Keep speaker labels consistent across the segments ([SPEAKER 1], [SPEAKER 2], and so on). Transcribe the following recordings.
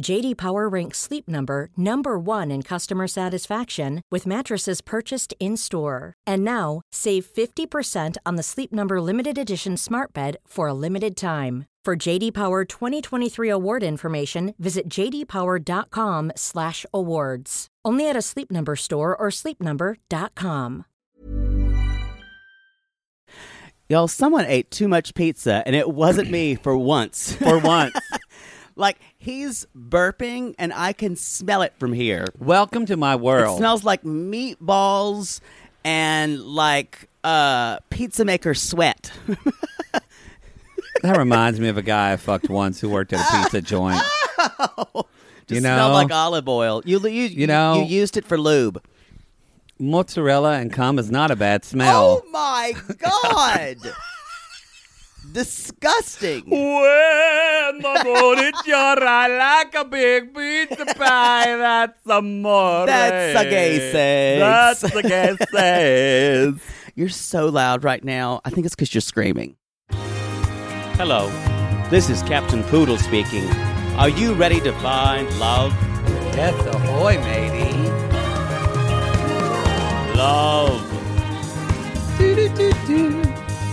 [SPEAKER 1] JD Power ranks Sleep Number number 1 in customer satisfaction with mattresses purchased in-store. And now, save 50% on the Sleep Number limited edition Smart Bed for a limited time. For JD Power 2023 award information, visit jdpower.com/awards. Only at a Sleep Number store or sleepnumber.com.
[SPEAKER 2] Y'all, someone ate too much pizza, and it wasn't me for once.
[SPEAKER 3] for once.
[SPEAKER 2] like, he's burping, and I can smell it from here.
[SPEAKER 3] Welcome to my world.
[SPEAKER 2] It smells like meatballs and like uh, pizza maker sweat.
[SPEAKER 3] that reminds me of a guy I fucked once who worked at a pizza joint.
[SPEAKER 2] Just
[SPEAKER 3] You know?
[SPEAKER 2] smelled like olive oil. You, you
[SPEAKER 3] You know?
[SPEAKER 2] you used it for lube.
[SPEAKER 3] Mozzarella and cum is not a bad smell.
[SPEAKER 2] Oh my god! Disgusting.
[SPEAKER 3] When the goricchiar, I like a big pizza pie. That's amore.
[SPEAKER 2] That's a gay sex.
[SPEAKER 3] That's a gay sex.
[SPEAKER 2] You're so loud right now. I think it's because you're screaming.
[SPEAKER 4] Hello, this is Captain Poodle speaking. Are you ready to find love?
[SPEAKER 3] Death ahoy, matey.
[SPEAKER 4] Love.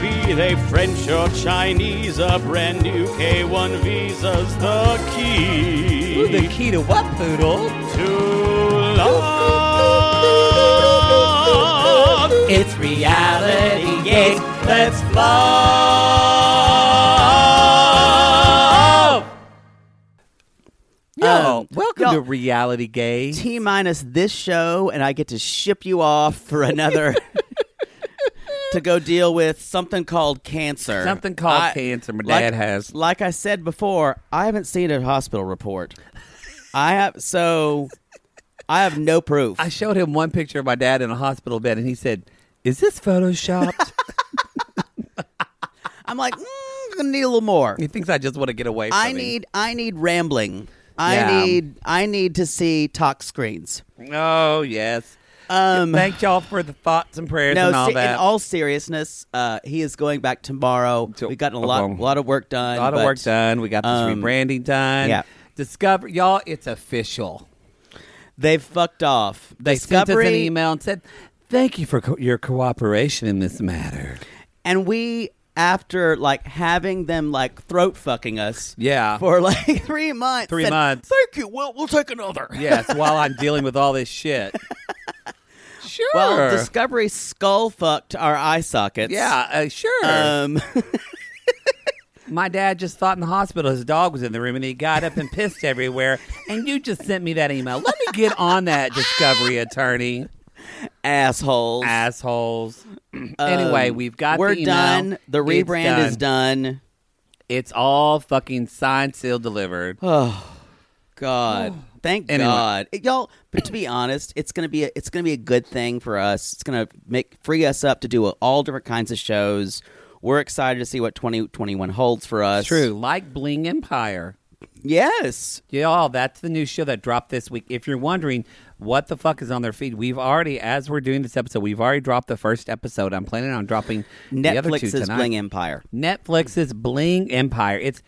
[SPEAKER 4] Be they French or Chinese, a brand new K1 visa's the key.
[SPEAKER 3] Ooh, the key to what, poodle?
[SPEAKER 4] to love.
[SPEAKER 3] It's reality, yes. Let's
[SPEAKER 4] Love.
[SPEAKER 3] Yo,
[SPEAKER 2] Um,
[SPEAKER 3] Oh, welcome
[SPEAKER 2] y'all-
[SPEAKER 3] to reality gay.
[SPEAKER 2] T minus this show, and I get to ship you off for another to go deal with something called cancer.
[SPEAKER 3] Something called
[SPEAKER 2] I-
[SPEAKER 3] cancer. My
[SPEAKER 2] like-
[SPEAKER 3] dad has.
[SPEAKER 2] Like I said before, I haven't seen a hospital report. I have so I have no proof.
[SPEAKER 3] I showed him one picture of my dad in a hospital bed, and he said, "Is this photoshopped?"
[SPEAKER 2] I'm like, mm, I'm gonna need a little more.
[SPEAKER 3] he thinks I just want to get away. From
[SPEAKER 2] I
[SPEAKER 3] him.
[SPEAKER 2] need I need rambling. I
[SPEAKER 3] Yeah.
[SPEAKER 2] need I need to see talk screens.
[SPEAKER 3] Oh yes.
[SPEAKER 2] Um,
[SPEAKER 3] Thank y'all for the thoughts and prayers
[SPEAKER 2] no,
[SPEAKER 3] and all
[SPEAKER 2] se-
[SPEAKER 3] that.
[SPEAKER 2] in all seriousness, uh, he is going back tomorrow.
[SPEAKER 3] To-
[SPEAKER 2] We've gotten a lot,
[SPEAKER 3] okay.
[SPEAKER 2] lot of work done.
[SPEAKER 3] a lot of
[SPEAKER 2] but-
[SPEAKER 3] work done. We got this
[SPEAKER 2] um,
[SPEAKER 3] rebranding done.
[SPEAKER 2] yeah.
[SPEAKER 3] Discover y'all. It's official.
[SPEAKER 2] They've fucked off.
[SPEAKER 3] They sent us
[SPEAKER 2] Discovery,
[SPEAKER 3] an email and said, "Thank you for co- your cooperation in this matter."
[SPEAKER 2] and we after like having them like throat fucking us.
[SPEAKER 3] Yeah.
[SPEAKER 2] For like three months.
[SPEAKER 3] Three
[SPEAKER 2] said,
[SPEAKER 3] months.
[SPEAKER 2] Thank you. Well, we'll take another.
[SPEAKER 3] yes, while I'm dealing with all this shit. sure.
[SPEAKER 2] Well, Discovery skull fucked our eye sockets.
[SPEAKER 3] yeah, uh, sure.
[SPEAKER 2] Um.
[SPEAKER 3] My dad just thought in the hospital his dog was in the room and he got up and pissed everywhere. And you just sent me that email. Let me get on that, discovery attorney.
[SPEAKER 2] assholes.
[SPEAKER 3] Assholes. anyway, we've got
[SPEAKER 2] Um, We're
[SPEAKER 3] the email.
[SPEAKER 2] done. The
[SPEAKER 3] It's
[SPEAKER 2] rebrand is done.
[SPEAKER 3] It's all fucking signed, sealed, delivered.
[SPEAKER 2] God. Thank
[SPEAKER 3] Oh. Anyway.
[SPEAKER 2] God, It- y'all. But to be honest, it's gonna be a, it's gonna be a good thing for us. It's gonna make free us up to do all different kinds of shows. We're excited to see what twenty twenty one holds for us.
[SPEAKER 3] True. Like Bling Empire.
[SPEAKER 2] Yes.
[SPEAKER 3] Y'all, that's the new show that dropped this week. If you're wondering, what the fuck is on their feed. We've already, as we're doing this episode, we've already dropped the first episode. I'm planning on dropping the other two
[SPEAKER 2] Netflix's
[SPEAKER 3] tonight.
[SPEAKER 2] Bling Empire.
[SPEAKER 3] Netflix's Bling Empire. It's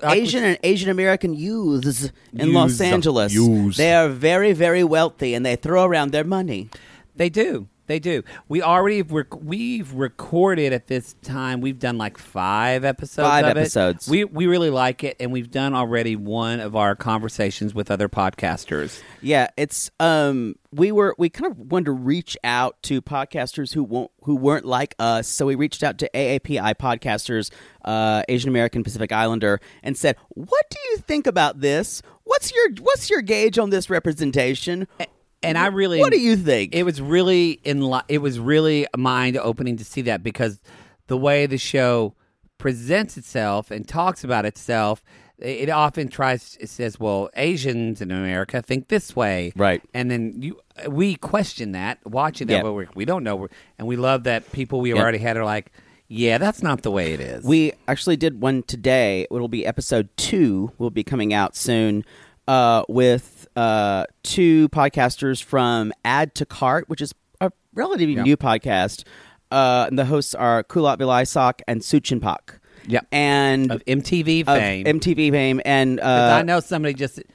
[SPEAKER 3] like we
[SPEAKER 2] Asian and Asian American youths in Los
[SPEAKER 3] Youths.
[SPEAKER 2] Angeles.
[SPEAKER 3] Youths.
[SPEAKER 2] They are very, very wealthy and they throw around their money.
[SPEAKER 3] They do. They do. We already rec- we've recorded at this time. We've done like five episodes.
[SPEAKER 2] Five
[SPEAKER 3] of it.
[SPEAKER 2] episodes.
[SPEAKER 3] We we really like it, and we've done already one of our conversations with other podcasters.
[SPEAKER 2] Yeah, it's um we were we kind of wanted to reach out to podcasters who won't who weren't like us, so we reached out to AAPI podcasters, uh, Asian American Pacific Islander, and said, "What do you think about this? What's your what's your gauge on this representation?"
[SPEAKER 3] And I really,
[SPEAKER 2] What do you think?
[SPEAKER 3] It was really in. Li- it was really mind opening to see that because the way the show presents itself and talks about itself, it it often tries. It says, "Well, Asians in America think this way,"
[SPEAKER 2] Right.
[SPEAKER 3] And then you, we question that, watching that,
[SPEAKER 2] Yeah.
[SPEAKER 3] but we're, we don't know, and we love that people we
[SPEAKER 2] Yeah.
[SPEAKER 3] already had are like, "Yeah, that's not the way it is."
[SPEAKER 2] We actually did one today. It'll be episode two. Will be coming out soon uh, with uh, two podcasters from Add to Cart, which is a relatively new podcast. Uh, and the hosts are Kulat Vilaysak and Suchin Pak.
[SPEAKER 3] Yeah.
[SPEAKER 2] and
[SPEAKER 3] of MTV
[SPEAKER 2] of
[SPEAKER 3] fame.
[SPEAKER 2] MTV fame, and uh,
[SPEAKER 3] 'Cause I know somebody just.
[SPEAKER 5] Suit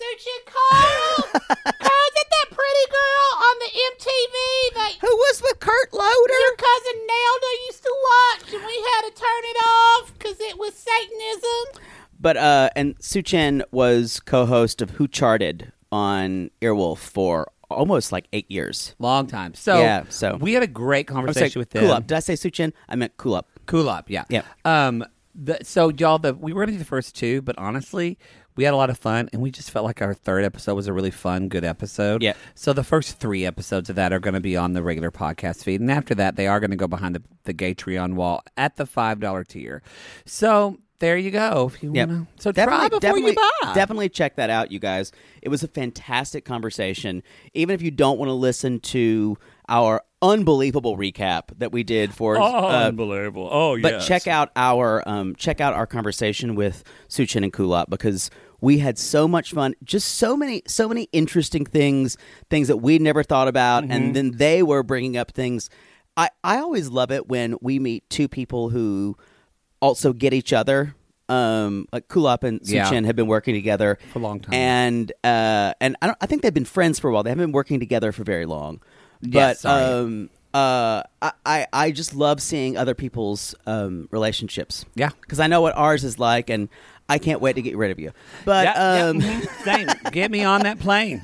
[SPEAKER 5] your Carl. Carl, is that pretty girl on the MTV that
[SPEAKER 2] who was with Kurt
[SPEAKER 5] your
[SPEAKER 2] Loder.
[SPEAKER 5] cousin Nelda used to watch and we had to turn it off because it was Satanism?
[SPEAKER 2] But uh, and Suchin was co-host of Who Charted on Earwolf for almost like eight years.
[SPEAKER 3] Long time. So,
[SPEAKER 2] Yeah, so-
[SPEAKER 3] we had a great
[SPEAKER 2] I'm
[SPEAKER 3] conversation
[SPEAKER 2] sorry,
[SPEAKER 3] with them.
[SPEAKER 2] Kulop. Did I say Suchin? I meant Kulop.
[SPEAKER 3] Kulop, yeah.
[SPEAKER 2] Yep.
[SPEAKER 3] Um the, so y'all the we were gonna do the first two, but honestly, we had a lot of fun and we just felt like our third episode was a really fun, good episode.
[SPEAKER 2] Yeah.
[SPEAKER 3] So the first three episodes of that are gonna be on the regular podcast feed. And after that they are gonna go behind the, the Gatreon wall at the five dollar tier. So there you go. If you
[SPEAKER 2] Yep.
[SPEAKER 3] wanna so try before
[SPEAKER 2] definitely,
[SPEAKER 3] you buy.
[SPEAKER 2] Definitely check that out, you guys. It was a fantastic conversation. Even if you don't want to listen to our unbelievable recap that we did for, uh,
[SPEAKER 4] Unbelievable. Oh, yeah.
[SPEAKER 2] but check out our um, check out our conversation with Suchin and Kulop because we had so much fun. Just so many so many interesting things, things that we never thought about, and then they were bringing up things. I I always love it when we meet two people who also get each other. Um, like Kulop and Suchin
[SPEAKER 3] Yeah.
[SPEAKER 2] have been working together
[SPEAKER 3] For a long time.
[SPEAKER 2] and uh, and I, don't, I think they've been friends for a while. They haven't been working together for very long, but
[SPEAKER 3] Yeah, sorry.
[SPEAKER 2] um, uh, I, I I just love seeing other people's um, relationships.
[SPEAKER 3] Yeah.
[SPEAKER 2] because I know what ours is like, and I can't wait to get rid of you. But
[SPEAKER 3] Yeah, yeah,
[SPEAKER 2] um,
[SPEAKER 3] mhm, same. Get me on that plane.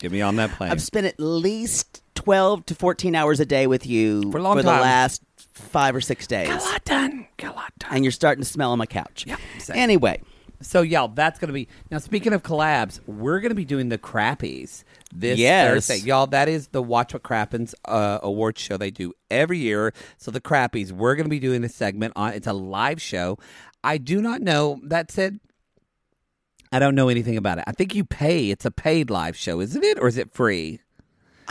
[SPEAKER 3] Get me on that plane.
[SPEAKER 2] I've spent at least twelve to fourteen hours a day with you
[SPEAKER 3] For a long
[SPEAKER 2] the
[SPEAKER 3] time.
[SPEAKER 2] last five or six days,
[SPEAKER 3] Get a lot done. Get a lot done.
[SPEAKER 2] and you're starting to smell on my couch.
[SPEAKER 3] Yeah, same.
[SPEAKER 2] Anyway.
[SPEAKER 3] So y'all, that's gonna be now. Speaking of collabs, we're gonna be doing the crappies this
[SPEAKER 2] Yes.
[SPEAKER 3] Thursday, y'all. That is the Watch What Crappens uh, award show they do every year. So the crappies, we're gonna be doing a segment on. It's a live show. I do not know. That said, I don't know anything about it. I think you pay. It's a paid live show, isn't it, or is it free?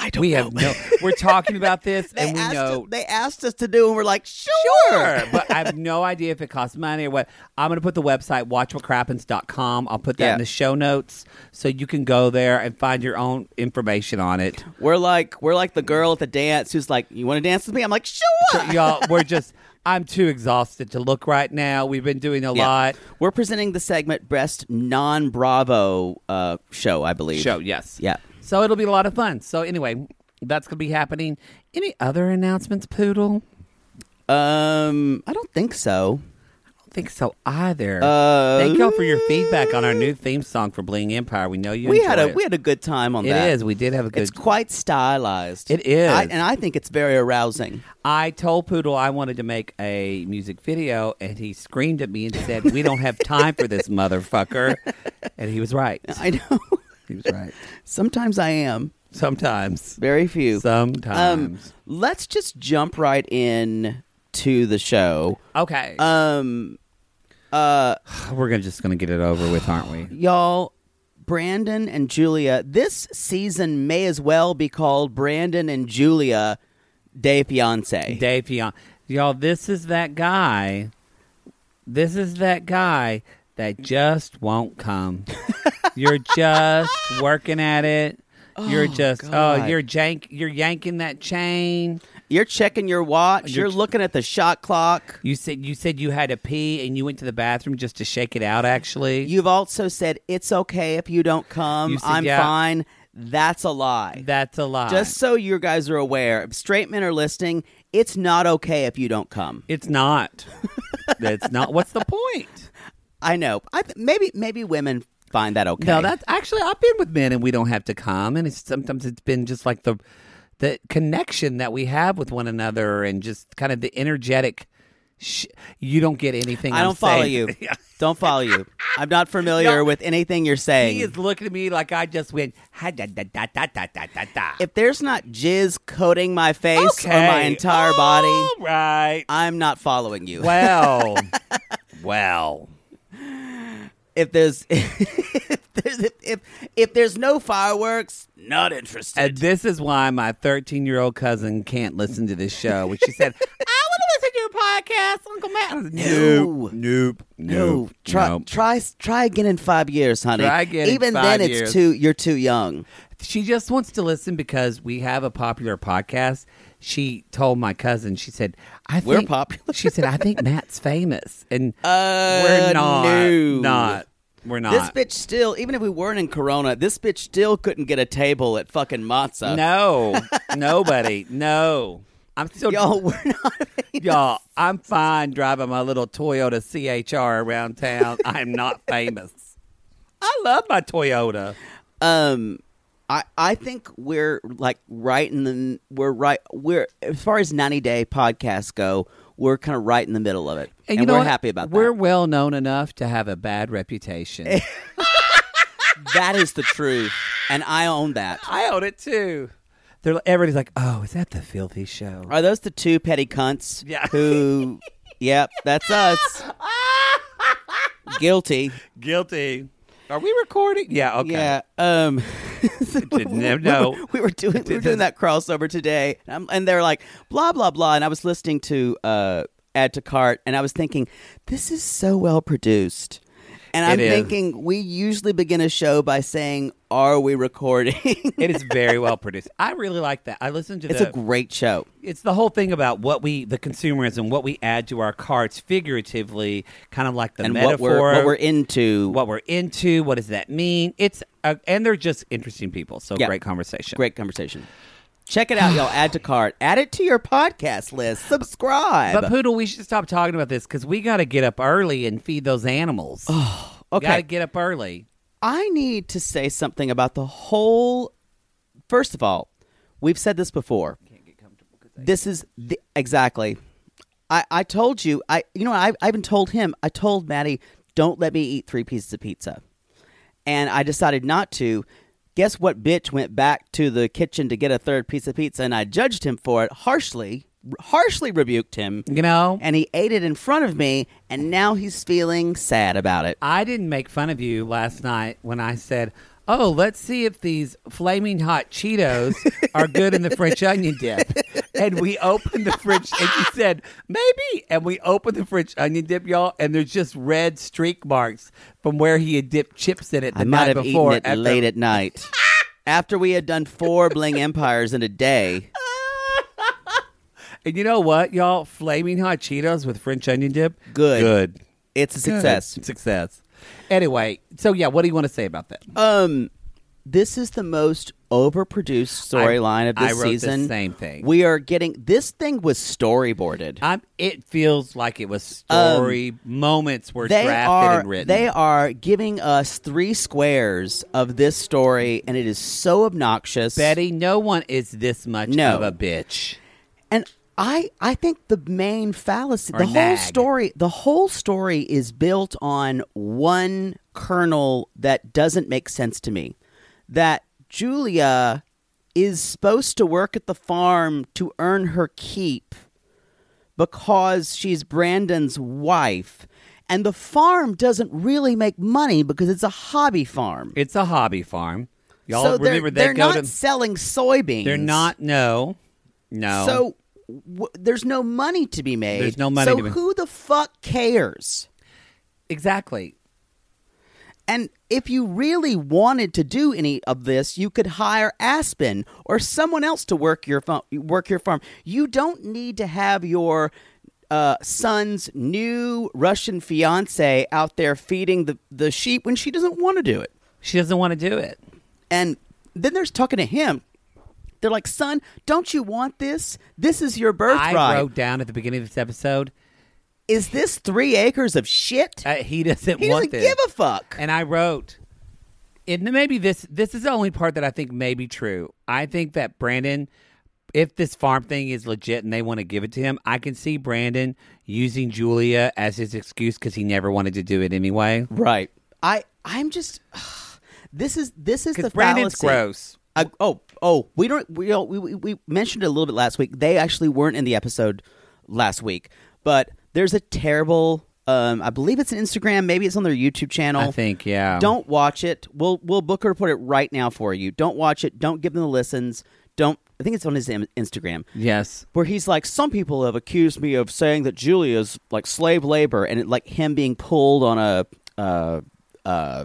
[SPEAKER 2] I don't
[SPEAKER 3] We
[SPEAKER 2] know.
[SPEAKER 3] have no. We're talking about this,
[SPEAKER 2] they
[SPEAKER 3] and we
[SPEAKER 2] asked
[SPEAKER 3] know
[SPEAKER 2] us, they asked us to do, and we're like,
[SPEAKER 3] Sure, but I have no idea if it costs money or what. I'm going to put the website watchwhatcrappens.com. I'll put that
[SPEAKER 2] Yeah.
[SPEAKER 3] in the show notes so you can go there and find your own information on it.
[SPEAKER 2] We're like we're like the girl at the dance who's like, "You want to dance with me?" I'm like, "Sure."
[SPEAKER 3] So, y'all, we're just I'm too exhausted to look right now. We've been doing a
[SPEAKER 2] Yeah.
[SPEAKER 3] lot.
[SPEAKER 2] We're presenting the segment Breast Non Bravo uh, show, I believe.
[SPEAKER 3] Show, yes.
[SPEAKER 2] Yeah.
[SPEAKER 3] So it'll be a lot of fun. So anyway, that's going to be happening. Any other announcements, Poodle?
[SPEAKER 2] Um, I don't think so.
[SPEAKER 3] I don't think so either.
[SPEAKER 2] Uh,
[SPEAKER 3] Thank y'all for your feedback on our new theme song for Bling Empire. We know you
[SPEAKER 2] We
[SPEAKER 3] enjoy
[SPEAKER 2] had a
[SPEAKER 3] it.
[SPEAKER 2] we had a good time on
[SPEAKER 3] It
[SPEAKER 2] that.
[SPEAKER 3] is. We did have a good
[SPEAKER 2] It's quite stylized.
[SPEAKER 3] It is.
[SPEAKER 2] I, and I think it's very arousing.
[SPEAKER 3] I told Poodle I wanted to make a music video, and he screamed at me and said, "We don't have time for this motherfucker." And he was right.
[SPEAKER 2] I know.
[SPEAKER 3] He was right.
[SPEAKER 2] Sometimes I am.
[SPEAKER 3] Sometimes,
[SPEAKER 2] Very few. um,
[SPEAKER 3] sometimes.
[SPEAKER 2] let's just jump right in to the show.
[SPEAKER 3] okay,
[SPEAKER 2] Um,
[SPEAKER 3] we're gonna just gonna get it over with, aren't we?
[SPEAKER 2] Y'all, Brandon and Julia, this season may as well be called Brandon and Julia Day Fiance.
[SPEAKER 3] Dave Fion, y'all, this is that guy. This is that guy that just won't come. You're just working at it. you're just oh,
[SPEAKER 2] God.
[SPEAKER 3] you're jank, you're yanking that chain.
[SPEAKER 2] You're checking your watch. You're, looking at the shot clock.
[SPEAKER 3] You said you said you had to pee and you went to the bathroom just to shake it out. Actually,
[SPEAKER 2] You've also said it's okay if you don't come.
[SPEAKER 3] You said,
[SPEAKER 2] I'm
[SPEAKER 3] yeah.
[SPEAKER 2] fine. That's a lie.
[SPEAKER 3] that's a lie.
[SPEAKER 2] Just so you guys are aware, if straight men are listening. It's not okay if you don't come.
[SPEAKER 3] it's not. That's not. What's the point?
[SPEAKER 2] I know. I th- maybe maybe women find that okay.
[SPEAKER 3] No, that's actually I've been with men and we don't have to come, and it's sometimes it's been just like the the connection that we have with one another, and just kind of the energetic. Sh- you don't get anything.
[SPEAKER 2] I
[SPEAKER 3] I'm
[SPEAKER 2] don't follow
[SPEAKER 3] saying.
[SPEAKER 2] you. Don't follow you. I'm not familiar
[SPEAKER 3] No.
[SPEAKER 2] with anything you're saying.
[SPEAKER 3] He is looking at me like I just went ha da da da da da da da da.
[SPEAKER 2] if there's not jizz coating my face or my entire body,
[SPEAKER 3] All right.
[SPEAKER 2] I'm not following you.
[SPEAKER 3] Oh. Well, well.
[SPEAKER 2] If there's if there's if, if if there's no fireworks, not interested.
[SPEAKER 3] And this is why my 13 year old cousin can't listen to this show. When she said, I want to listen to your podcast, Uncle Matt. I was,
[SPEAKER 2] No.
[SPEAKER 3] Nope. Nope.
[SPEAKER 2] no, try
[SPEAKER 3] nope."
[SPEAKER 2] try try again in five years, honey.
[SPEAKER 3] Try again in
[SPEAKER 2] Even
[SPEAKER 3] five
[SPEAKER 2] then, it's
[SPEAKER 3] years.
[SPEAKER 2] too you're too young.
[SPEAKER 3] She just wants to listen because we have a popular podcast. She told my cousin, she said, I think
[SPEAKER 2] We're popular.
[SPEAKER 3] she said, I think Matt's famous. And
[SPEAKER 2] Uh,
[SPEAKER 3] we're not.
[SPEAKER 2] no.
[SPEAKER 3] Not. We're not.
[SPEAKER 2] This bitch still, even if we weren't in Corona, this bitch still couldn't get a table at fucking Matza.
[SPEAKER 3] No, nobody. No, I'm still
[SPEAKER 2] Y'all, we're not.
[SPEAKER 3] y'all, I'm fine driving my little Toyota CHR around town. I'm not famous. I love my Toyota.
[SPEAKER 2] um, I I think we're like right in the we're right we're as far as ninety day podcasts go, we're kind of right in the middle of it,
[SPEAKER 3] you know
[SPEAKER 2] we're
[SPEAKER 3] what?
[SPEAKER 2] happy about
[SPEAKER 3] We're
[SPEAKER 2] that.
[SPEAKER 3] well known enough to have a bad reputation.
[SPEAKER 2] That is the truth, and I own that.
[SPEAKER 3] I own it too. They're, everybody's like, "Oh, is that the filthy show?"
[SPEAKER 2] Are those the two petty cunts?
[SPEAKER 3] Yeah.
[SPEAKER 2] Who? Yep, that's us. Guilty.
[SPEAKER 3] Guilty. Are we recording? Yeah. Okay.
[SPEAKER 2] Yeah. Um.
[SPEAKER 3] no, no.
[SPEAKER 2] we were doing we were doing that crossover today, and, I'm- and they're like blah blah blah, and I was listening to uh, add to cart, and I was thinking this is so well produced, and I'm
[SPEAKER 3] It is.
[SPEAKER 2] thinking we usually begin a show by saying are we recording?
[SPEAKER 3] It is very well produced. I really like that. I listened to
[SPEAKER 2] it's
[SPEAKER 3] the,
[SPEAKER 2] a great show.
[SPEAKER 3] it's the whole thing about what we the consumerism what we add to our carts figuratively kind of like the
[SPEAKER 2] And
[SPEAKER 3] metaphor
[SPEAKER 2] what we're what we're into,
[SPEAKER 3] what we're into what does that mean it's uh, and they're just interesting people so
[SPEAKER 2] Yeah.
[SPEAKER 3] great conversation
[SPEAKER 2] great conversation. Check it out, y'all. Add to cart. Add it to your podcast list. Subscribe.
[SPEAKER 3] but poodle we should stop talking about this because we got to get up early and feed those animals
[SPEAKER 2] Oh, okay.
[SPEAKER 3] got to get up early
[SPEAKER 2] I need to say something about the whole. First of all, we've said this before. This is the, exactly. I, I told you. I you know I I even told him. I told Maddie, don't let me eat three pieces of pizza, and I decided not to. Guess what? Bitch went back to the kitchen to get a third piece of pizza, and I judged him for it harshly. Harshly rebuked him,
[SPEAKER 3] you know
[SPEAKER 2] and he ate it in front of me, and now he's feeling sad about it.
[SPEAKER 3] I didn't make fun of you last night when I said, "Oh, let's see if these flaming hot Cheetos are good in the French onion dip." And we opened the French, and you said, "Maybe." And we opened the French onion dip, y'all, and there's just red streak marks from where he had dipped chips in it the
[SPEAKER 2] I
[SPEAKER 3] night
[SPEAKER 2] might have
[SPEAKER 3] before.
[SPEAKER 2] eaten it
[SPEAKER 3] after-
[SPEAKER 2] late at night. After we had done four Bling Empires in a day,
[SPEAKER 3] and you know what, y'all? Flaming hot Cheetos with French onion dip,
[SPEAKER 2] Good.
[SPEAKER 3] good
[SPEAKER 2] it's a success.
[SPEAKER 3] Good. success. Anyway, so yeah, what do you want to say about that?
[SPEAKER 2] Um, this is the most overproduced storyline of
[SPEAKER 3] I
[SPEAKER 2] this
[SPEAKER 3] wrote the
[SPEAKER 2] season.
[SPEAKER 3] same thing.
[SPEAKER 2] We are getting this thing was storyboarded.
[SPEAKER 3] I'm, it feels like it was story moments were
[SPEAKER 2] Um, They
[SPEAKER 3] drafted
[SPEAKER 2] are
[SPEAKER 3] and written.
[SPEAKER 2] they are giving us three squares of this story, and it is so obnoxious.
[SPEAKER 3] Betty, no one is this much
[SPEAKER 2] No.
[SPEAKER 3] of a bitch.
[SPEAKER 2] And I I think the main fallacy
[SPEAKER 3] Or
[SPEAKER 2] the whole
[SPEAKER 3] nag.
[SPEAKER 2] story the whole story is built on one kernel that doesn't make sense to me. That Julia is supposed to work at the farm to earn her keep because she's Brandon's wife. And the farm doesn't really make money because it's a hobby farm.
[SPEAKER 3] It's a hobby farm. Y'all
[SPEAKER 2] so they're,
[SPEAKER 3] remember they
[SPEAKER 2] they're
[SPEAKER 3] go
[SPEAKER 2] not
[SPEAKER 3] to
[SPEAKER 2] selling soybeans.
[SPEAKER 3] They're not no. No.
[SPEAKER 2] So w- there's no money to be made.
[SPEAKER 3] There's no money
[SPEAKER 2] So
[SPEAKER 3] to be-
[SPEAKER 2] who the fuck cares?
[SPEAKER 3] exactly.
[SPEAKER 2] And if you really wanted to do any of this, you could hire Aspen or someone else to work your farm. Work your farm. You don't need to have your uh, son's new Russian fiance out there feeding the, the sheep when she doesn't want to do it.
[SPEAKER 3] She doesn't want to do it.
[SPEAKER 2] And then there's talking to him. They're like, son, don't you want this? This is your birthright.
[SPEAKER 3] I wrote down at the beginning of this episode.
[SPEAKER 2] is this three acres of shit?
[SPEAKER 3] Uh, he doesn't
[SPEAKER 2] he
[SPEAKER 3] want
[SPEAKER 2] doesn't
[SPEAKER 3] this.
[SPEAKER 2] give a fuck.
[SPEAKER 3] And I wrote, and maybe this this is the only part that I think may be true. I think that Brandon, if this farm thing is legit and they want to give it to him, I can see Brandon using Julia as his excuse because he never wanted to do it anyway.
[SPEAKER 2] right. I I'm just. this is this is the
[SPEAKER 3] Because Brandon's
[SPEAKER 2] fallacy.
[SPEAKER 3] gross.
[SPEAKER 2] I, oh, oh, we don't. We, don't we, we we mentioned it a little bit last week. They actually weren't in the episode last week, but there's a terrible. Um, I believe it's an Instagram. Maybe it's on their YouTube channel.
[SPEAKER 3] I think, yeah.
[SPEAKER 2] Don't watch it. We'll we'll book a report it right now for you. Don't watch it. Don't give them the listens. Don't. I think it's on his Im- Instagram
[SPEAKER 3] Yes.
[SPEAKER 2] where he's like, some people have accused me of saying that Julia's like slave labor, and it, like him being pulled on a uh, uh,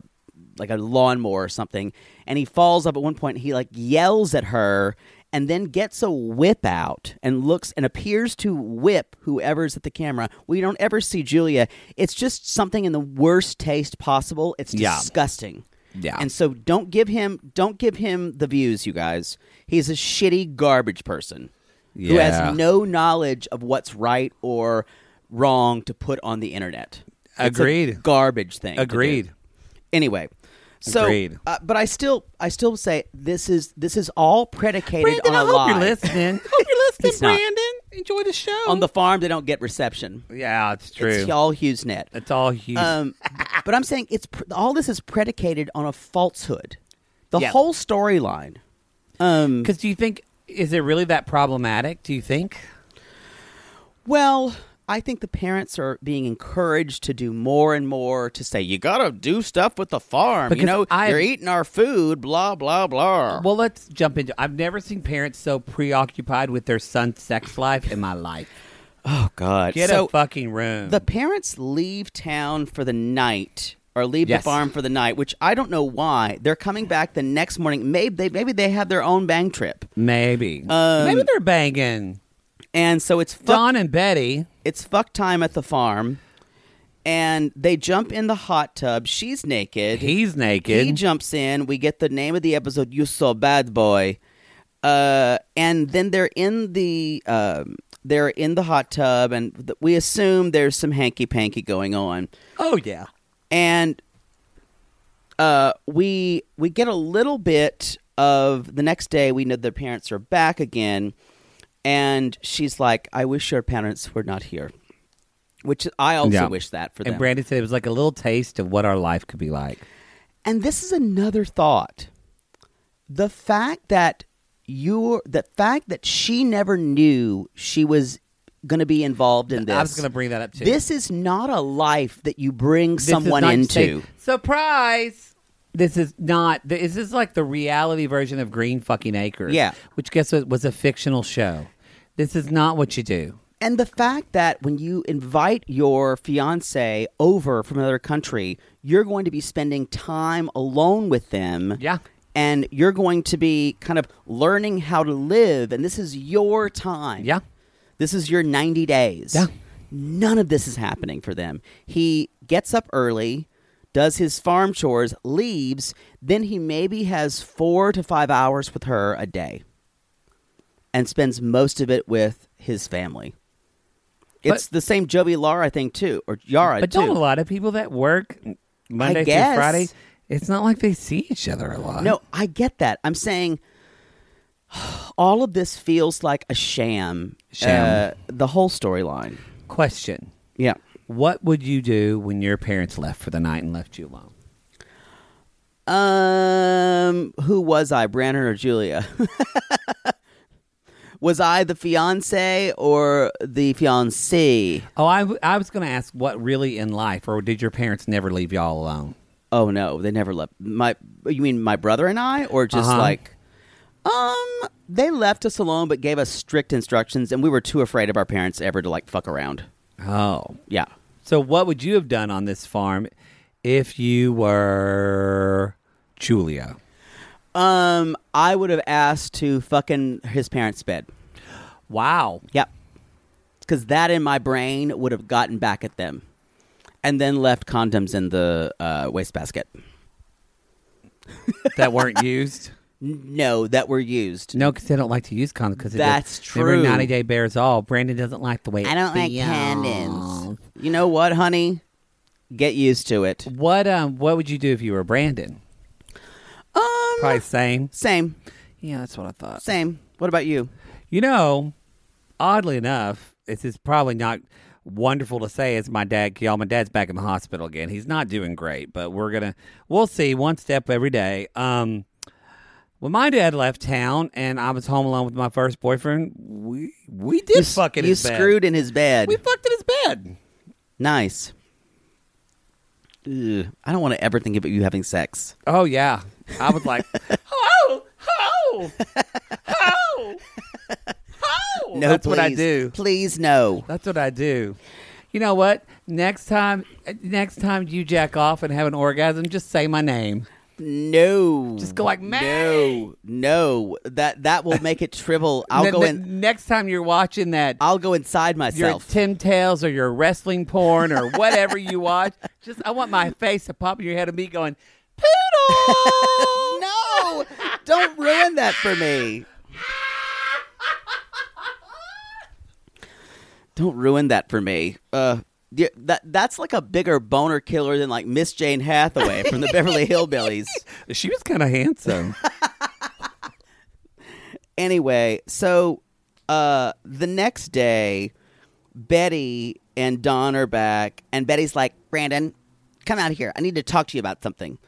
[SPEAKER 2] like a lawnmower or something, and he falls up at one point. And he like yells at her, and then gets a whip out and looks and appears to whip whoever's at the camera. We don't ever see Julia. It's just something in the worst taste possible. It's
[SPEAKER 3] Yeah.
[SPEAKER 2] disgusting.
[SPEAKER 3] Yeah.
[SPEAKER 2] And so don't give him don't give him the views, you guys. He's a shitty garbage person who
[SPEAKER 3] Yeah.
[SPEAKER 2] has no knowledge of what's right or wrong to put on the internet. It's a
[SPEAKER 3] Agreed.
[SPEAKER 2] garbage thing. to do.
[SPEAKER 3] Agreed.
[SPEAKER 2] Anyway, so
[SPEAKER 3] Agreed.
[SPEAKER 2] uh, but I still I still say this is this is all predicated
[SPEAKER 3] Brandon, I
[SPEAKER 2] on a
[SPEAKER 3] hope
[SPEAKER 2] lie.
[SPEAKER 3] you're listening. hope you're listening,
[SPEAKER 2] He's not.
[SPEAKER 3] Brandon. Enjoy the show.
[SPEAKER 2] On the farm, they don't get reception.
[SPEAKER 3] yeah, it's true.
[SPEAKER 2] It's all HughesNet. net.
[SPEAKER 3] It's all huge.
[SPEAKER 2] Um, but I'm saying it's pr- all this is predicated on a falsehood. The
[SPEAKER 3] Yeah.
[SPEAKER 2] whole storyline. Um,
[SPEAKER 3] Because do you think is it really that problematic? Do you think?
[SPEAKER 2] well, I think the parents are being encouraged to do more and more to say you got to do stuff with the farm. you
[SPEAKER 3] Because
[SPEAKER 2] know,
[SPEAKER 3] I-
[SPEAKER 2] you're eating our food, blah blah blah.
[SPEAKER 3] Well, let's jump into. I've never seen parents so preoccupied with their son's sex life in my life.
[SPEAKER 2] oh God.
[SPEAKER 3] Get
[SPEAKER 2] so
[SPEAKER 3] a fucking room.
[SPEAKER 2] the parents leave town for the night or leave
[SPEAKER 3] Yes.
[SPEAKER 2] the farm for the night, which I don't know why. They're coming back the next morning. Maybe they maybe they have their own bang trip,
[SPEAKER 3] maybe,
[SPEAKER 2] Um,
[SPEAKER 3] maybe they're banging
[SPEAKER 2] and so it's fuck
[SPEAKER 3] Don and Betty.
[SPEAKER 2] It's fuck time at the farm, and they jump in the hot tub. She's naked.
[SPEAKER 3] He's naked.
[SPEAKER 2] He jumps in. We get the name of the episode. You so bad, boy. Uh, and then they're in the um, they're in the hot tub, and th- we assume there's some hanky panky going on,
[SPEAKER 3] oh yeah.
[SPEAKER 2] and uh, we we get a little bit of the next day. We know their parents are back again, and she's like, "I wish your parents were not here," which I also
[SPEAKER 3] Yeah.
[SPEAKER 2] wish that for them.
[SPEAKER 3] And Brandon said it was like a little taste of what our life could be like.
[SPEAKER 2] And this is another thought. The fact that you the fact that she never knew she was going to be involved in this.
[SPEAKER 3] I was going to bring that up too.
[SPEAKER 2] This is not a life that you bring
[SPEAKER 3] This is
[SPEAKER 2] someone
[SPEAKER 3] not
[SPEAKER 2] into.
[SPEAKER 3] safe. surprise. This is not. This is like the reality version of Green Fucking Acres.
[SPEAKER 2] Yeah.
[SPEAKER 3] Which guess what was a fictional show. This is not what you do.
[SPEAKER 2] And the fact that when you invite your fiance over from another country, you're going to be spending time alone with them.
[SPEAKER 3] Yeah.
[SPEAKER 2] And you're going to be kind of learning how to live. And this is your time.
[SPEAKER 3] Yeah.
[SPEAKER 2] This is your 90 days.
[SPEAKER 3] Yeah.
[SPEAKER 2] None of this is happening for them. He gets up early, does his farm chores, leaves. Then he maybe has four to five hours with her a day and spends most of it with his family. It's the same Joey Lara thing too, or Yara
[SPEAKER 3] But
[SPEAKER 2] too.
[SPEAKER 3] don't a lot of people that work Monday
[SPEAKER 2] guess.
[SPEAKER 3] through Friday? It's not like they see each other a lot.
[SPEAKER 2] No, I get that. I'm saying all of this feels like a sham.
[SPEAKER 3] Sham.
[SPEAKER 2] Uh, the whole storyline.
[SPEAKER 3] Question:
[SPEAKER 2] Yeah.
[SPEAKER 3] What would you do when your parents left for the night and left you alone?
[SPEAKER 2] Um, who was I, Brandon or Julia? was I the fiance or the fiancee?
[SPEAKER 3] Oh, I, w- I was going to ask what really in life, or did your parents never leave y'all alone?
[SPEAKER 2] Oh no, they never left. My, you mean my brother and I, or just
[SPEAKER 3] Uh-huh.
[SPEAKER 2] like, um, they left us alone but gave us strict instructions, and we were too afraid of our parents ever to like fuck around.
[SPEAKER 3] Oh,
[SPEAKER 2] Yeah.
[SPEAKER 3] so what would you have done on this farm if you were Julia?
[SPEAKER 2] Um, I would have asked to fucking his parents' bed.
[SPEAKER 3] Wow.
[SPEAKER 2] Yep. Because that in my brain would have gotten back at them, and then left condoms in the uh, wastebasket.
[SPEAKER 3] That weren't used?
[SPEAKER 2] No, that were used.
[SPEAKER 3] No, because they don't like to use condoms. Because
[SPEAKER 2] That's true.
[SPEAKER 3] Remember 90 Day Bears All? Brandon doesn't like the way
[SPEAKER 2] I don't
[SPEAKER 3] it
[SPEAKER 2] like
[SPEAKER 3] feels.
[SPEAKER 2] condoms. You know what, honey? Get used to it.
[SPEAKER 3] What, um, what would you do if you were Brandon?
[SPEAKER 2] Um,
[SPEAKER 3] Probably same.
[SPEAKER 2] same,
[SPEAKER 3] Yeah, that's what I thought.
[SPEAKER 2] same. What about you?
[SPEAKER 3] You know, oddly enough, this is probably not wonderful to say as my dad y'all my dad's back in the hospital again he's not doing great but we're gonna we'll see one step every day um when my dad left town and i was home alone with my first boyfriend we we did
[SPEAKER 2] You,
[SPEAKER 3] fuck in
[SPEAKER 2] you
[SPEAKER 3] his bed.
[SPEAKER 2] screwed in his bed.
[SPEAKER 3] we fucked in his bed
[SPEAKER 2] Nice. Ugh, I don't want to ever think about you having sex.
[SPEAKER 3] oh yeah i was like oh oh oh oh
[SPEAKER 2] No,
[SPEAKER 3] that's what i
[SPEAKER 2] please.
[SPEAKER 3] do
[SPEAKER 2] Please, no.
[SPEAKER 3] That's what I do. You know what? Next time, next time you jack off and have an orgasm, just say my name.
[SPEAKER 2] No.
[SPEAKER 3] Just go like Maddie.
[SPEAKER 2] No. No. That that will make it shrivel. I'll
[SPEAKER 3] Ne-
[SPEAKER 2] go
[SPEAKER 3] ne-
[SPEAKER 2] in
[SPEAKER 3] next time you're watching that
[SPEAKER 2] I'll go inside
[SPEAKER 3] your
[SPEAKER 2] myself.
[SPEAKER 3] Tim Tales or your wrestling porn or whatever you watch, just I want my face to pop in your head and me going poodle.
[SPEAKER 2] no. Don't ruin that for me. Don't ruin that for me. Uh yeah, that that's like a bigger boner killer than like Miss Jane Hathaway from the Beverly Hillbillies.
[SPEAKER 3] she was kind of handsome.
[SPEAKER 2] anyway, so uh the next day, Betty and Don are back, and Betty's like, Brandon, come out here. I need to talk to you about something.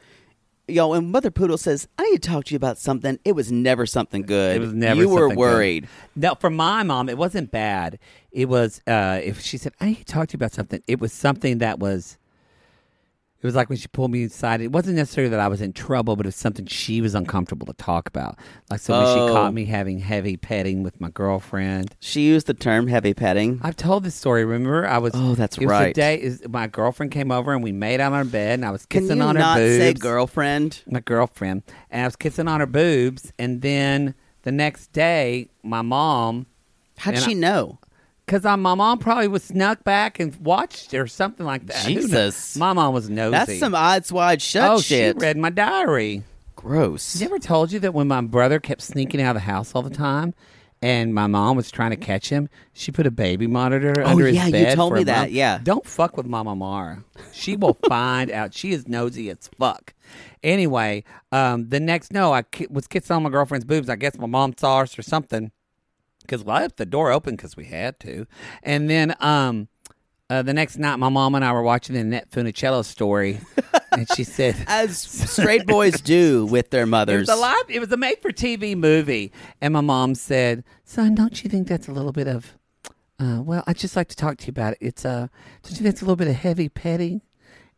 [SPEAKER 2] Yo, and Mother Poodle says, I need to talk to you about something. It was never something good.
[SPEAKER 3] It was never.
[SPEAKER 2] You were
[SPEAKER 3] something good.
[SPEAKER 2] worried.
[SPEAKER 3] No, for my mom, it wasn't bad. It was uh, if she said, "I need to talk to you about something," it was something that was. It was like when she pulled me aside. It wasn't necessarily that I was in trouble, but it was something she was uncomfortable to talk about. Like so, when
[SPEAKER 2] Oh.
[SPEAKER 3] she caught me having heavy petting with my girlfriend.
[SPEAKER 2] She used the term heavy petting.
[SPEAKER 3] I've told this story. Remember, I was.
[SPEAKER 2] Oh, that's
[SPEAKER 3] it was
[SPEAKER 2] right.
[SPEAKER 3] The day is my girlfriend came over and we made out on her bed, and I was
[SPEAKER 2] Can
[SPEAKER 3] kissing
[SPEAKER 2] you
[SPEAKER 3] on her
[SPEAKER 2] not
[SPEAKER 3] boobs
[SPEAKER 2] say girlfriend?
[SPEAKER 3] my girlfriend, and I was kissing on her boobs. And then the next day, my mom,
[SPEAKER 2] How'd
[SPEAKER 3] And
[SPEAKER 2] she
[SPEAKER 3] I-
[SPEAKER 2] know?
[SPEAKER 3] because my mom probably was snuck back and watched or something like that. Who kno-
[SPEAKER 2] Jesus.
[SPEAKER 3] my mom was nosy.
[SPEAKER 2] That's some odds wide shut
[SPEAKER 3] oh,
[SPEAKER 2] shit.
[SPEAKER 3] she read my diary.
[SPEAKER 2] Gross.
[SPEAKER 3] Never told you that when my brother kept sneaking out of the house all the time. And my mom was trying to catch him. She put a baby monitor under
[SPEAKER 2] Oh, yeah,
[SPEAKER 3] his
[SPEAKER 2] you
[SPEAKER 3] bed.
[SPEAKER 2] told
[SPEAKER 3] for
[SPEAKER 2] me
[SPEAKER 3] a month.
[SPEAKER 2] that, yeah.
[SPEAKER 3] don't fuck with Mama Mara. She will find out. She is nosy as fuck. Anyway, um, the next no, I ki- was kissing on my girlfriend's boobs. I guess my mom saw us or something because well, I left the door open because we had to. And then um, uh, the next night, my mom and I were watching the Net Funicello story, and she said,
[SPEAKER 2] As straight boys do with their mothers.
[SPEAKER 3] it was a live. It was a made-for-TV movie, and my mom said, "Son, don't you think that's a little bit of? Uh, well, I'd just like to talk to you about it. It's uh, don't you think that's a little bit of heavy petting?"